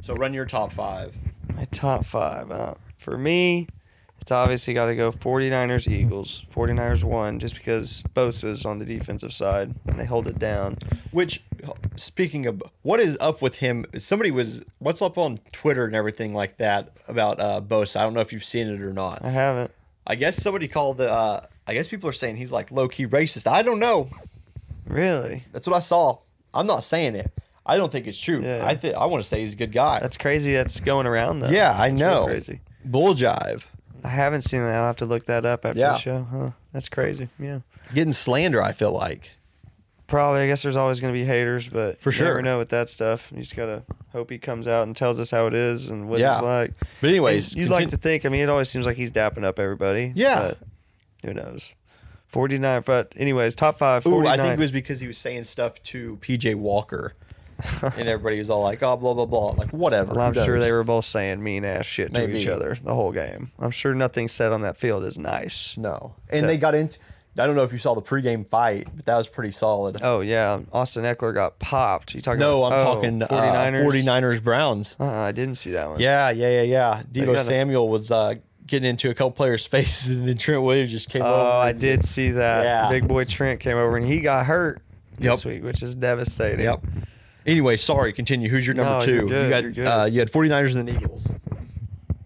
S1: So run your top five.
S2: My top five. Uh, for me, it's obviously got to go 49ers, Eagles. 49ers won just because Bosa's on the defensive side, and they hold it down.
S1: Which, speaking of, what is up with him? Somebody was, what's up on Twitter and everything like that about uh, Bosa? I don't know if you've seen it or not.
S2: I haven't.
S1: I guess somebody called the. Uh, I guess people are saying he's like low key racist. I don't know.
S2: Really?
S1: That's what I saw. I'm not saying it. I don't think it's true.
S2: Yeah.
S1: I think I want to say he's a good guy.
S2: That's crazy. That's going around, though.
S1: yeah, I
S2: That's real
S1: know.
S2: Crazy.
S1: Bull jive,
S2: I haven't seen that. I'll have to look that up after
S1: Yeah.
S2: the show. Huh? That's crazy. Yeah.
S1: getting slander. I feel like
S2: Probably. I guess there's always going to be haters, but
S1: For
S2: you never
S1: sure.
S2: know with that stuff. You just gotta hope he comes out and tells us how it is and what
S1: Yeah.
S2: it's like.
S1: But anyways,
S2: And you'd like to think. I mean, it always seems like he's dapping up everybody.
S1: Yeah.
S2: But who knows? Forty nine. But anyways, top five.
S1: Ooh,
S2: 49.
S1: I think it was because he was saying stuff to PJ Walker, and everybody was all like, "Oh, blah blah blah," like whatever.
S2: Well,
S1: who
S2: I'm sure
S1: knows?
S2: they were both saying mean ass shit to
S1: Maybe.
S2: each other the whole game. I'm sure nothing said on that field is nice.
S1: no, and
S2: So-
S1: they got into. I don't know if you saw the pregame fight, but that was pretty solid.
S2: Oh yeah, Austin Eckler got popped. You talking?
S1: no, I'm
S2: about, oh,
S1: talking 49ers. 49ers Browns.
S2: Uh, I didn't see that one.
S1: Yeah, yeah, yeah, yeah.
S2: got
S1: Debo
S2: a-
S1: Samuel was uh, getting into a couple players' faces, and then Trent Williams just came over.
S2: Oh, I
S1: and-
S2: did see that.
S1: Yeah.
S2: Big boy Trent came over and he got hurt this
S1: Yep.
S2: week, which is devastating.
S1: Yep. Anyway, sorry. Continue. Who's your number
S2: No,
S1: 2
S2: you're good,
S1: you got
S2: you're good.
S1: Uh, you had 49ers and then Eagles.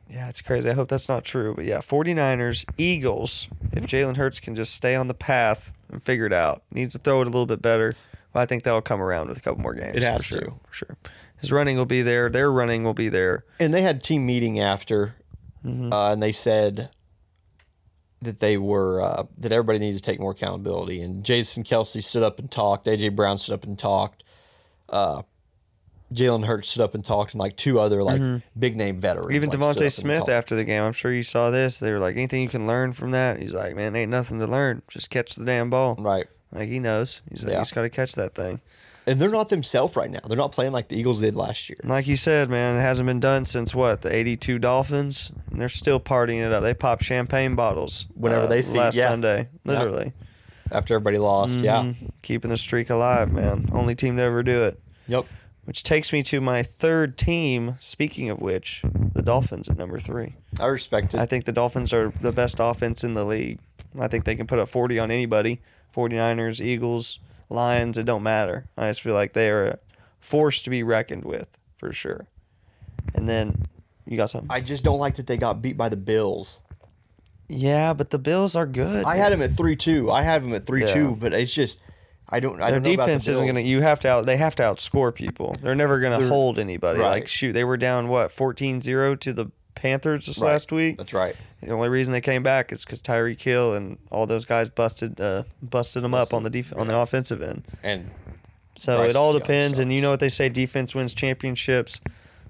S2: Yeah, it's crazy. I hope that's not true. But yeah, 49ers, Eagles. If Jalen Hurts can just stay on the path and figure it out, needs to throw it a little bit better. But I think that'll come around with a couple more games.
S1: It has
S2: for sure,
S1: to.
S2: For sure. His running will be there. Their running will be there.
S1: And they had team meeting after,
S2: Mm-hmm.
S1: uh, and they said that they were uh, that everybody needs to take more accountability. And Jason Kelsey stood up and talked. AJ Brown stood up and talked. Uh, Jalen Hurts stood up and talked, and like two other like big name veterans.
S2: Mm-hmm. Even
S1: like, stood up
S2: Devontae
S1: and
S2: Smith
S1: talked.
S2: after the game, I'm sure you saw this. They were like, anything you can learn from that? He's like, man, ain't nothing to learn. Just catch the damn ball.
S1: Right.
S2: Like he knows. He's like,
S1: Yeah.
S2: you just got to catch that thing.
S1: And they're not themselves right now. They're not playing like the Eagles did last year.
S2: And Like you said, man, it hasn't been done since what the '82 Dolphins, and they're still partying it up. They pop champagne bottles uh,
S1: Whenever they see-
S2: last
S1: yeah.
S2: Sunday, literally
S1: After everybody lost, yeah.
S2: Mhm. keeping the streak alive, man. Only team to ever do it.
S1: Yep.
S2: Which takes me to my third team. Speaking of which, the Dolphins at number three.
S1: I respect it.
S2: I think the Dolphins are the best offense in the league. I think they can put up 40 on anybody 49ers, Eagles, Lions, it don't matter. I just feel like they are a force to be reckoned with for sure. And then you got something.
S1: I just don't like that they got beat by the Bills.
S2: yeah, but the Bills are good.
S1: I had them at 3 2. I had them at 3
S2: Yeah.
S1: 2, but it's just, I don't. I
S2: Their
S1: don't know about the
S2: defense isn't
S1: Bills.
S2: going to. You have to. Out, they have to outscore people. They're never going to hold anybody. Like
S1: Right.
S2: shoot, they were down what 14-0 to the Panthers this
S1: Right.
S2: last week.
S1: That's right.
S2: The only reason they came back is because Tyree Kill and all those guys busted uh, busted them up on the def- on the offensive end.
S1: And
S2: So
S1: Bryce
S2: it all
S1: Young
S2: depends, and you know what they say: defense wins championships.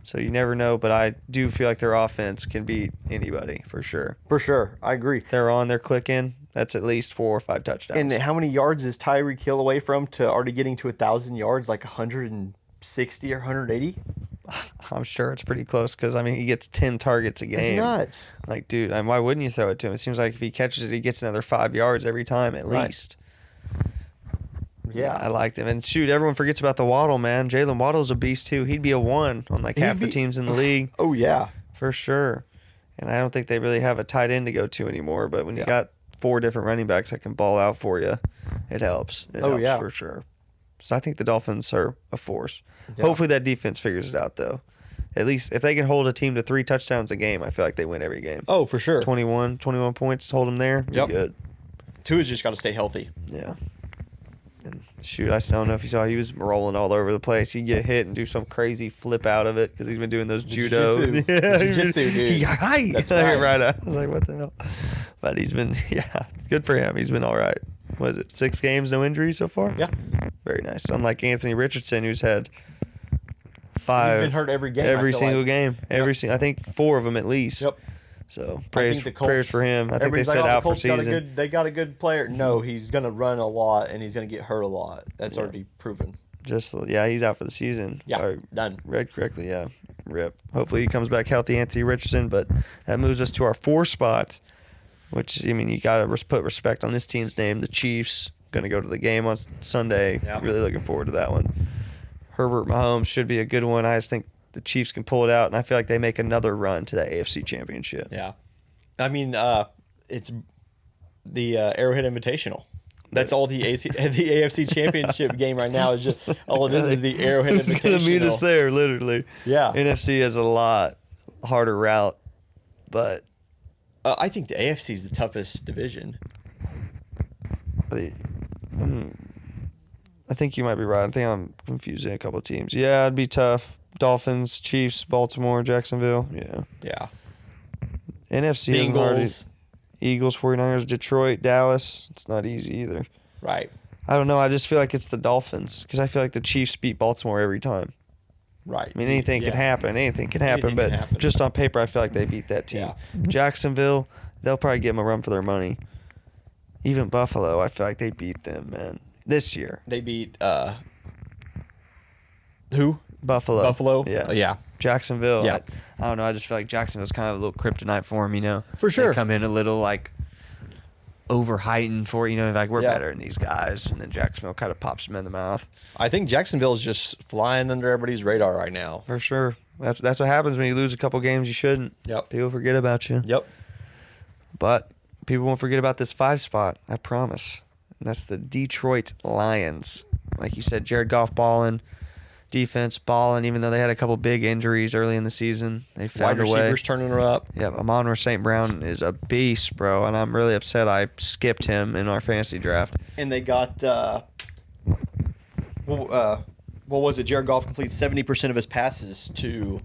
S2: So you never know, but I do feel like their offense can beat anybody for sure.
S1: for sure, I agree.
S2: They're on, they're clicking. That's at least four or five touchdowns.
S1: And how many yards is Tyree Kill away from to already getting to a thousand yards? Like 160 or 180?
S2: I'm sure it's pretty close because I mean he gets ten targets a game.
S1: nuts.
S2: Like, dude, I mean, why wouldn't you throw it to him? It seems like if he catches it, he gets another five yards every time at
S1: Right.
S2: least. I
S1: Yeah.
S2: liked him. And shoot, everyone forgets about the Waddle man. Jalen Waddle's a beast too. He'd be a one on like
S1: He'd
S2: half the
S1: be-
S2: teams in the league
S1: Oh yeah.
S2: for sure. And I don't think they really have a tight end to go to anymore. But when you
S1: Yeah.
S2: got four different running backs that can ball out for you, it helps. It
S1: Oh,
S2: helps
S1: yeah.
S2: for sure. So I think the Dolphins are a force.
S1: Yeah.
S2: Hopefully that defense figures it out though. At least if they can hold a team to three touchdowns a game, I feel like they win every game.
S1: Oh, for sure.
S2: 21, 21 points, hold them there.
S1: Yep.
S2: You're good.
S1: Tua's just got to stay healthy.
S2: Yeah. And shoot, I still don't know if you saw he was rolling all over the place. He'd get hit and do some crazy flip out of it because he's been doing those judo.
S1: jiu-jitsu. The jiu-jitsu, dude.
S2: He- hi.
S1: That's
S2: Like,
S1: right.
S2: right. I was like, what the hell? But he's been, yeah, it's good for him. He's been all right. Was it six games, no injuries so far?
S1: Yeah.
S2: Very nice. Unlike Anthony Richardson, who's had five.
S1: been hurt every game, I
S2: Every
S1: feel
S2: single
S1: like.
S2: game. Every single. I think four of them at least.
S1: Yep.
S2: So
S1: I
S2: prayers,
S1: think the
S2: prayers for him. I think they
S1: everybody's
S2: said
S1: like, "Oh, the
S2: out for
S1: Colts
S2: season.
S1: Got a good, they got a good player. No, he's going to run a lot and he's going to get hurt a lot. That's already proven.
S2: Just yeah, he's out for the season.
S1: Yeah,
S2: If I
S1: done.
S2: Read correctly, yeah. Rip. Hopefully he comes back healthy, Anthony Richardson. But that moves us to our four spot, which I mean you gotta res- put respect on this team's name. The Chiefs gonna go to the game on s- Sunday.
S1: Yeah.
S2: Really looking forward to that one. Herbert Mahomes should be a good one. I just think the Chiefs can pull it out, and I feel like they make another run to that AFC Championship.
S1: Yeah. I mean, uh, it's the uh, Arrowhead Invitational. That's all the AC, the AFC Championship game right now is just all it is is the Arrowhead
S2: It's gonna meet us
S1: Invitational.
S2: there, literally.
S1: Yeah.
S2: NFC is a lot harder route, but
S1: Uh, I think the AFC is the toughest division.
S2: The- mm, I think you might be right. I think I'm confusing a couple of teams. Yeah, it'd be tough. Dolphins, Chiefs, Baltimore, Jacksonville. Yeah.
S1: Yeah.
S2: NFC is already
S1: Bengals.
S2: Eagles, 49ers, Detroit, Dallas. It's not easy either.
S1: Right.
S2: I don't know. I just feel like it's the Dolphins because I feel like the Chiefs beat Baltimore every time.
S1: Right.
S2: I mean, anything
S1: yeah.
S2: can happen. Anything can happen.
S1: Anything
S2: but
S1: can happen.
S2: just on paper, I feel like they beat that team. Jacksonville, they'll probably give them a run for their money. Even Buffalo, I feel like they beat them, man. This year,
S1: They beat uh, who?
S2: Buffalo.
S1: Buffalo.
S2: Yeah.
S1: Uh, yeah.
S2: Jacksonville.
S1: Yeah.
S2: I, I don't know. I just feel like Jacksonville's kind of a little kryptonite for him, you know?
S1: For
S2: They
S1: sure.
S2: come in a little like over heightened for, you know, like we're
S1: Yeah.
S2: better than these guys. And then Jacksonville kind of pops them in the mouth.
S1: I think Jacksonville is just flying under everybody's radar right now.
S2: For sure. That's that's what happens when you lose a couple games you shouldn't.
S1: Yep.
S2: People forget about you.
S1: Yep.
S2: But people won't forget about this five spot. I promise. And that's the Detroit Lions. Like you said, Jared Goff balling, defense balling. Even though they had a couple big injuries early in the season, they
S1: Wide
S2: found a way.
S1: receivers turning it up.
S2: Yeah, Amonra St. Brown is a beast, bro, and I'm really upset I skipped him in our fantasy draft.
S1: and they got uh, well, uh, what was it? Jared Goff completes seventy percent of his passes to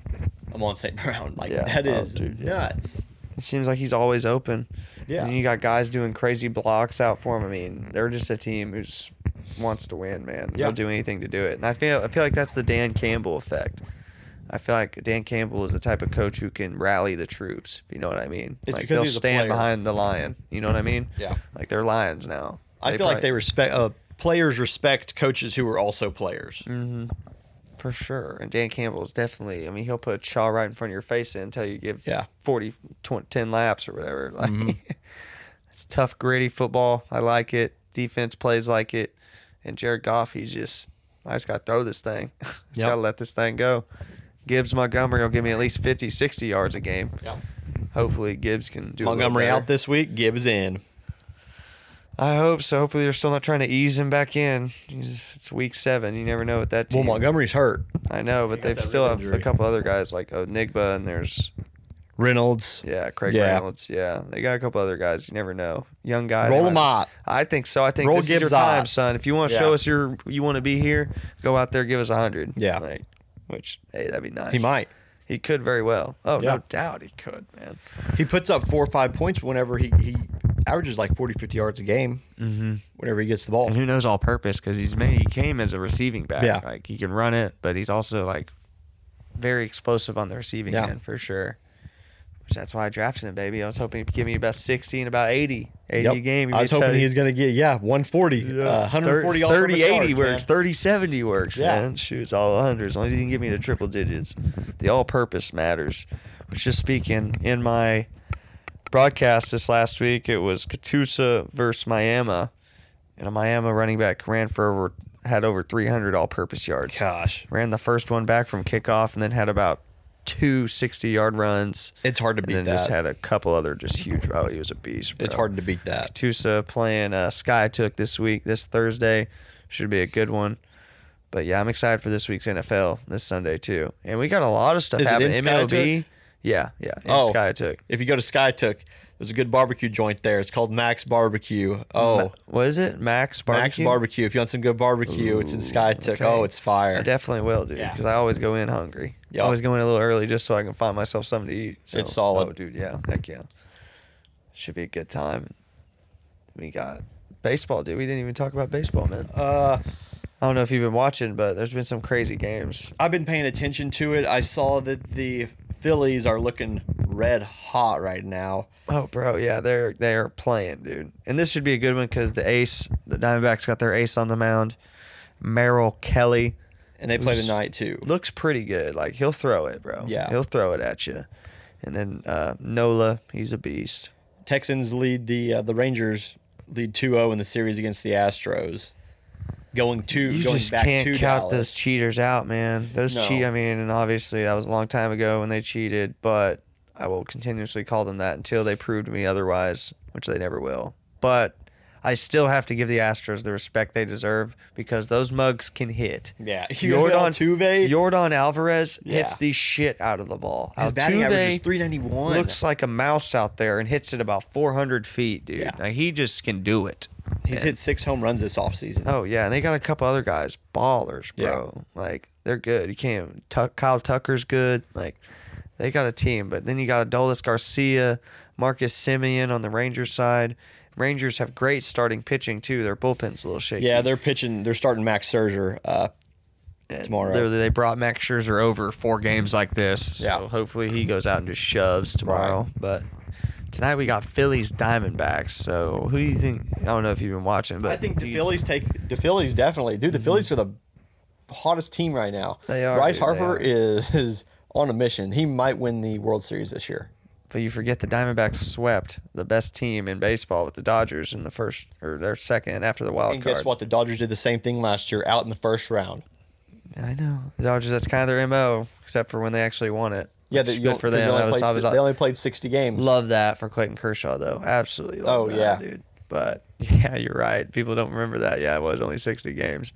S1: Amon St. Brown. Like
S2: Yeah.
S1: that
S2: Oh,
S1: is
S2: dude, yeah.
S1: nuts.
S2: It seems like he's always open.
S1: Yeah.
S2: And you got guys doing crazy blocks out for him. I mean, they're just a team who just wants to win, man.
S1: Yeah.
S2: They'll do anything to do it. And I feel I feel like that's the Dan Campbell effect. I feel like Dan Campbell is the type of coach who can rally the troops. if You know what I mean?
S1: It's
S2: like
S1: because
S2: they'll
S1: he's a
S2: stand
S1: player.
S2: behind the lion. You know what I mean?
S1: Yeah.
S2: Like they're lions now.
S1: I feel like
S2: probably-
S1: they respect uh, players respect coaches who are also players.
S2: For sure. And Dan Campbell's definitely, I mean, he'll put Shaw right in front of your face until you give
S1: Yeah. Mm-hmm.
S2: 40, 20, 10 laps or whatever. Like, it's tough, gritty football. I like it. Defense plays like it. And Jared Goff, he's just, I just got to throw this thing. just
S1: Yep.
S2: got to let this thing go. Gibbs Montgomery will give me at least 50, 60 yards a game.
S1: Yeah.
S2: Hopefully, Gibbs can do a little
S1: Montgomery
S2: better.
S1: out this week, Gibbs in.
S2: I hope so. Hopefully, they're still not trying to ease him back in. Jesus, it's week seven. You never know with that
S1: Well,
S2: team.
S1: Montgomery's hurt.
S2: I know, but
S1: They got
S2: they've
S1: that
S2: still
S1: rib
S2: have a
S1: injury.
S2: couple other guys like Onigba and there's
S1: Reynolds.
S2: Yeah, Craig
S1: Yeah.
S2: Reynolds. Yeah, they got a couple other guys. You never know. Young guy.
S1: Roll
S2: they
S1: 'em
S2: might-
S1: out.
S2: I think so. I think
S1: Roll
S2: this is your
S1: Gibbs out.
S2: time, son. If you want to
S1: Yeah.
S2: show us your, you want to be here, go out there, give us a hundred.
S1: Yeah.
S2: Like, which hey, that'd be nice.
S1: He might.
S2: He could very well. Oh,
S1: Yeah.
S2: no doubt he could, man.
S1: He puts up four or five points whenever he, he averages like 40, 50 yards a game mm-hmm. whenever he gets the ball.
S2: And who knows all purpose because he's made, he came as a receiving back.
S1: Yeah.
S2: Like he can run it, but he's also like very explosive on the receiving
S1: Yeah.
S2: end for sure. Which that's why I drafted him, baby. I was hoping he'd give me about 60 and about 80. 80
S1: Yep.
S2: a game.
S1: I was hoping he was going to get, yeah, 140, uh, 140 yards from
S2: 30
S1: a
S2: 80
S1: start,
S2: works.
S1: man.
S2: 30 70 works,
S1: Yeah.
S2: man. Shoots all 100s. As long as you can give me the triple digits. The all purpose matters. Which, just speaking, in my broadcast this last week, it was Katusa versus Miami. And a Miami running back ran for over, had over 300 all purpose yards.
S1: Gosh,
S2: Ran the first one back from kickoff and then had about two 60 yard runs.
S1: it's hard to
S2: And
S1: beat
S2: then
S1: that.
S2: just had a couple other just huge. Oh, he was a beast.
S1: it's
S2: bro.
S1: hard to beat that.
S2: Tusa playing uh, Sky Took this week, this Thursday. Should be a good one. But yeah, I'm excited for this week's NFL this Sunday too. And we got a lot of stuff
S1: Is it
S2: happening.
S1: in
S2: MLB. Yeah, yeah. In
S1: Oh.
S2: Sky Took.
S1: If you go to Skytook, there's a good barbecue joint there. It's called Max Barbecue. Oh,
S2: What is it? Max
S1: Max
S2: Barbecue.
S1: Barbecue. If you want some good barbecue, it's in Skytook.
S2: okay.
S1: Oh, it's
S2: I
S1: fire.
S2: definitely will, dude,
S1: Yeah.
S2: because I always go in hungry.
S1: Yeah.
S2: I always go in a little early just so I can find myself something to eat. So,
S1: It's solid.
S2: Oh, dude, yeah. Heck yeah. Should be a good time. We got baseball, dude. We didn't even talk about baseball, man.
S1: Uh,
S2: I don't know if you've been watching, but there's been some crazy games.
S1: I've been paying attention to it. I saw that the Phillies are looking red hot right now.
S2: Oh, bro, yeah, they're they are playing, dude. And this should be a good one because the ace, the Diamondbacks got their ace on the mound. Merrill Kelly
S1: And they play
S2: Who's-
S1: tonight too.
S2: looks pretty good. Like he'll throw it, bro.
S1: Yeah.
S2: he'll throw it at you. And then uh, Nola, he's a beast.
S1: Texans lead the uh, the Rangers lead 2-0 in the series against the Astros. Going to
S2: You
S1: going
S2: just
S1: back
S2: can't
S1: to
S2: count
S1: Dallas.
S2: those cheaters out, man. Those
S1: No.
S2: cheat. I mean, and obviously that was a long time ago when they cheated, but I will continuously call them that until they prove to me otherwise, which they never will. But I still have to give the Astros the respect they deserve because those mugs can hit.
S1: Yeah.
S2: Jordan
S1: Tuve.
S2: Jordan Alvarez hits
S1: Yeah.
S2: the shit out of the ball.
S1: His batting average is
S2: Altuve
S1: 391.
S2: looks like a mouse out there and hits it about 400 feet, dude.
S1: Yeah.
S2: Like, he just can do it.
S1: He's hit 6 home runs this offseason.
S2: Oh yeah, and they got a couple other guys, ballers, bro. Like they're good. You can't. Tuck, Kyle Tucker's good. Like they got a team, but then you got Adolis Garcia, Marcus Simeon on the Rangers side. Rangers have great starting pitching too. Their bullpen's a little shaky.
S1: Yeah, they're pitching. They're starting Max Serger. Uh,
S2: And
S1: tomorrow.
S2: Literally, they brought Max Scherzer over four games like this. So
S1: Yeah.
S2: hopefully he goes out and just shoves tomorrow. But tonight we got Phillies Diamondbacks. So who do you think? I don't know if you've been watching, but
S1: I think
S2: do
S1: the
S2: you-
S1: Phillies take the Phillies definitely. Dude, the Phillies are the hottest team right now.
S2: Mm-hmm. They are,
S1: Bryce
S2: dude, they
S1: Harper
S2: are.
S1: is is on a mission. He might win the World Series this year.
S2: But you forget the Diamondbacks swept the best team in baseball with the Dodgers in the first or their second after the wild
S1: And
S2: card.
S1: guess what? The Dodgers did the same thing last year, out in the first round.
S2: I know the Dodgers. That's kind of their mo, except for when they actually won it.
S1: Yeah,
S2: which
S1: they,
S2: good for
S1: they
S2: them.
S1: Only
S2: I was,
S1: played,
S2: I was-
S1: they only played sixty games.
S2: love that for Clayton Kershaw though. Absolutely. Love
S1: Oh,
S2: that,
S1: yeah.
S2: dude. But yeah, you're right. People don't remember that. Yeah, it was only 60 games.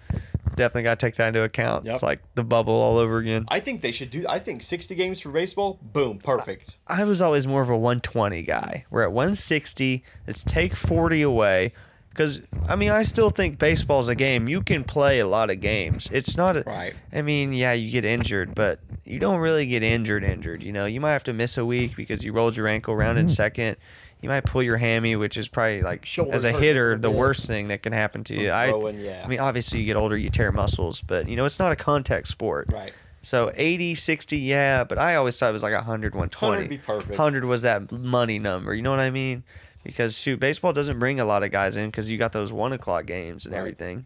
S2: Definitely got to take that into account.
S1: Yep.
S2: It's like the bubble all over again.
S1: I think they should do. I think sixty games for baseball. Boom, perfect.
S2: I was always more of a 120 guy. We're at 160. Let's take 40 away. Because, I mean, I still think baseball's a game. You can play a lot of games. It's not. A,
S1: Right.
S2: I mean, yeah, you get injured, but you don't really get injured, injured. You know, you might have to miss a week because you rolled your ankle around in second. You might pull your hammy, which is probably like,
S1: Shoulder
S2: as a
S1: hurt,
S2: hitter, the
S1: yeah.
S2: worst thing that can happen to you. Uh, I,
S1: throwing, yeah.
S2: I mean, obviously, you get older, you tear muscles, but, you know, it's not a contact sport.
S1: Right.
S2: So 80, 60, yeah, but I always thought it was like 100, 120.
S1: 100 would be perfect.
S2: 100 was that money number, you know what I mean? Because, shoot, baseball doesn't bring a lot of guys in because you got those 1 o'clock games and
S1: Right.
S2: everything.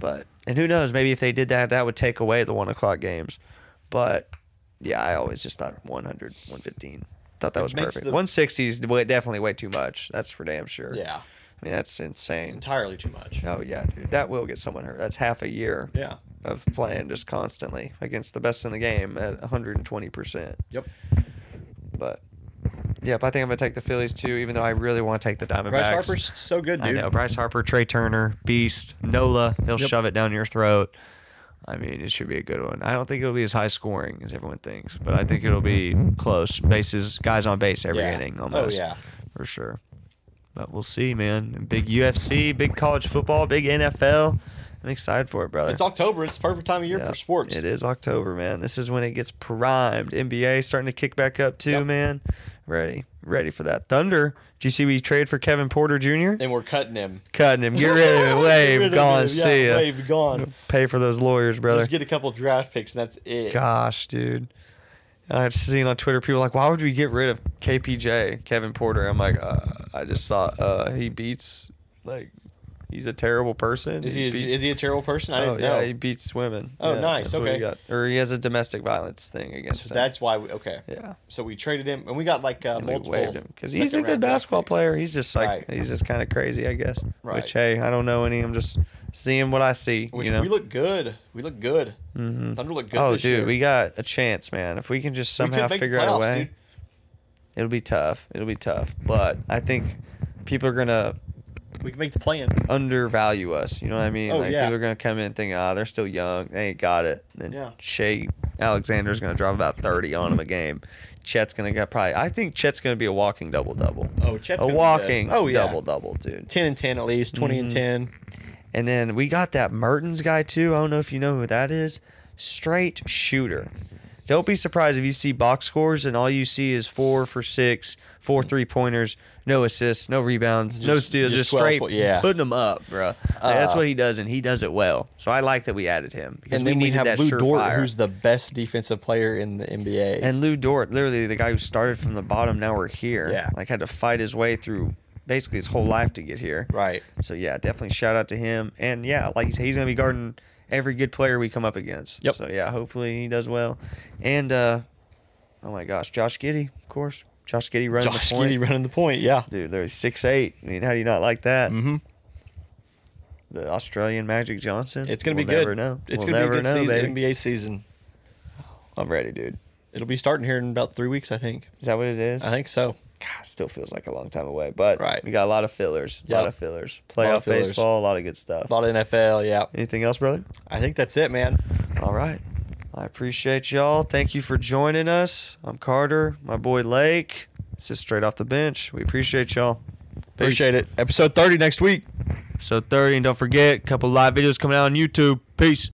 S2: But, and who knows, maybe if they did that, that would take away the 1 o'clock games. But, yeah, I always just thought 100, 115. Thought that was
S1: makes
S2: perfect.
S1: the-
S2: 160 is way- definitely way too much. That's for damn sure.
S1: Yeah,
S2: I mean, that's insane.
S1: entirely too much.
S2: Oh, yeah, dude. That will get someone hurt. That's half a year
S1: Yeah.
S2: of playing just constantly against the best in the game at 120%.
S1: Yep.
S2: But yeah, but I think I'm going to take the Phillies too, even though I really want to take the Diamondbacks.
S1: Bryce Harper's so good,
S2: I
S1: dude.
S2: know. Bryce Harper, Trey Turner, Beast, Nola, he'll
S1: Yep.
S2: shove it down your throat. I mean, it should be a good one. I don't think it'll be as high scoring as everyone thinks, but I think it'll be close. Bases, guys on base every
S1: Yeah.
S2: inning
S1: Oh,
S2: almost.
S1: yeah.
S2: For sure. But we'll see, man. Big UFC, big college football, big NFL. I'm excited for it, brother.
S1: It's October. It's the perfect time of year
S2: Yeah,
S1: for sports.
S2: It is October, man. This is when it gets primed. NBA starting to kick back up too,
S1: Yep.
S2: man. Ready, ready for that. Thunder. Do you see we trade for Kevin Porter Jr.?
S1: And we're cutting him.
S2: Cutting him. Get rid of him. Wave.
S1: Get rid of
S2: gone.
S1: him. Yeah,
S2: see ya.
S1: Wave gone.
S2: Pay for those lawyers, brother.
S1: Just get a couple draft picks and that's it.
S2: Gosh, dude. I've seen on Twitter people like, why would we get rid of KPJ, Kevin Porter? I'm like, uh, I just saw uh, he beats like he's a terrible person.
S1: Is he a,
S2: beats-
S1: is he a terrible person? I
S2: Oh
S1: didn't
S2: yeah,
S1: know.
S2: he beats women.
S1: Oh,
S2: Yeah,
S1: nice,
S2: That's what he
S1: okay.
S2: got. Or he has a domestic violence thing against
S1: so
S2: him.
S1: that's why. We, okay.
S2: yeah.
S1: So we traded him and we got like uh,
S2: And we
S1: multiple.
S2: waived him because he's a
S1: second
S2: good
S1: round draft
S2: basketball
S1: picks.
S2: player. He's just like
S1: Right.
S2: he's just kind of crazy, I guess.
S1: Right.
S2: Which hey, I don't know any. I'm just seeing what I see.
S1: Which
S2: you know.
S1: we look good. We look good. Thunder look good.
S2: oh,
S1: this
S2: dude,
S1: year.
S2: we got a chance, man. If we can just
S1: We could
S2: somehow
S1: make the
S2: figure out a
S1: playoffs,
S2: way,
S1: dude.
S2: it'll be tough. It'll be tough, but I think people are gonna
S1: We can make the plan.
S2: undervalue us. You know what I mean?
S1: Oh,
S2: like
S1: yeah.
S2: people are gonna come in thinking, ah, they're still young, they ain't got it. Then
S1: Yeah.
S2: Shea Alexander's gonna drop about thirty on him a game. Chet's gonna get probably. I think Chet's gonna be a walking double double.
S1: Oh, Chet's
S2: a
S1: gonna be good.
S2: walking
S1: Oh, yeah.
S2: double Mm-hmm. double, dude.
S1: Ten and ten at least. 20 and ten.
S2: And then we got that Mertens guy too. I don't know if you know who that is. Straight shooter. Don't be surprised if you see box scores and all you see is four for six, four three pointers, no assists, no rebounds, no
S1: Just-
S2: steals,
S1: just
S2: just,
S1: 12
S2: straight
S1: po- yeah. Uh,
S2: putting them up, bro. that's what he does, and he does it well. So I like that we added him because
S1: And
S2: we
S1: then we
S2: needed
S1: have
S2: that
S1: Lou Dort,
S2: surefire.
S1: who's the best defensive player in the NBA.
S2: And Lou Dort, literally the guy who started from the bottom, now we're here.
S1: Yeah.
S2: Like had to fight his way through basically his whole life to get here.
S1: Right.
S2: So yeah, definitely shout out to him. And yeah, like you say, he's gonna be guarding every good player we come up against.
S1: Yep.
S2: So yeah, hopefully he does well. And uh oh my gosh, Josh Giddy, of course. Josh Giddy running
S1: Josh
S2: the point.
S1: Giddey running the point. Yeah.
S2: Dude, there's six eight. I mean, how do you not like that? Mm-hmm. The Australian Magic Johnson.
S1: It's gonna be
S2: We'll
S1: good.
S2: Never know.
S1: It's
S2: We'll
S1: gonna
S2: never
S1: be a good
S2: know,
S1: season,
S2: baby.
S1: NBA season.
S2: I'm ready, dude.
S1: It'll be starting here in about three weeks, I think.
S2: Is that what it is?
S1: I think so.
S2: God, still feels like a long time away, but
S1: Right.
S2: we got a lot of fillers, a lot
S1: Yep.
S2: of fillers,
S1: A lot
S2: playoff
S1: of fillers.
S2: baseball, a lot of good stuff.
S1: A lot of NFL. Yeah.
S2: Anything else, brother?
S1: I think that's it, man.
S2: All right, I appreciate y'all. Thank you for joining us. I'm Carter, my boy Lake. This is straight off the bench. We appreciate y'all.
S1: Appreciate it. Episode 30 next week.
S2: So 30, and don't forget, a couple live videos coming out on YouTube. Peace.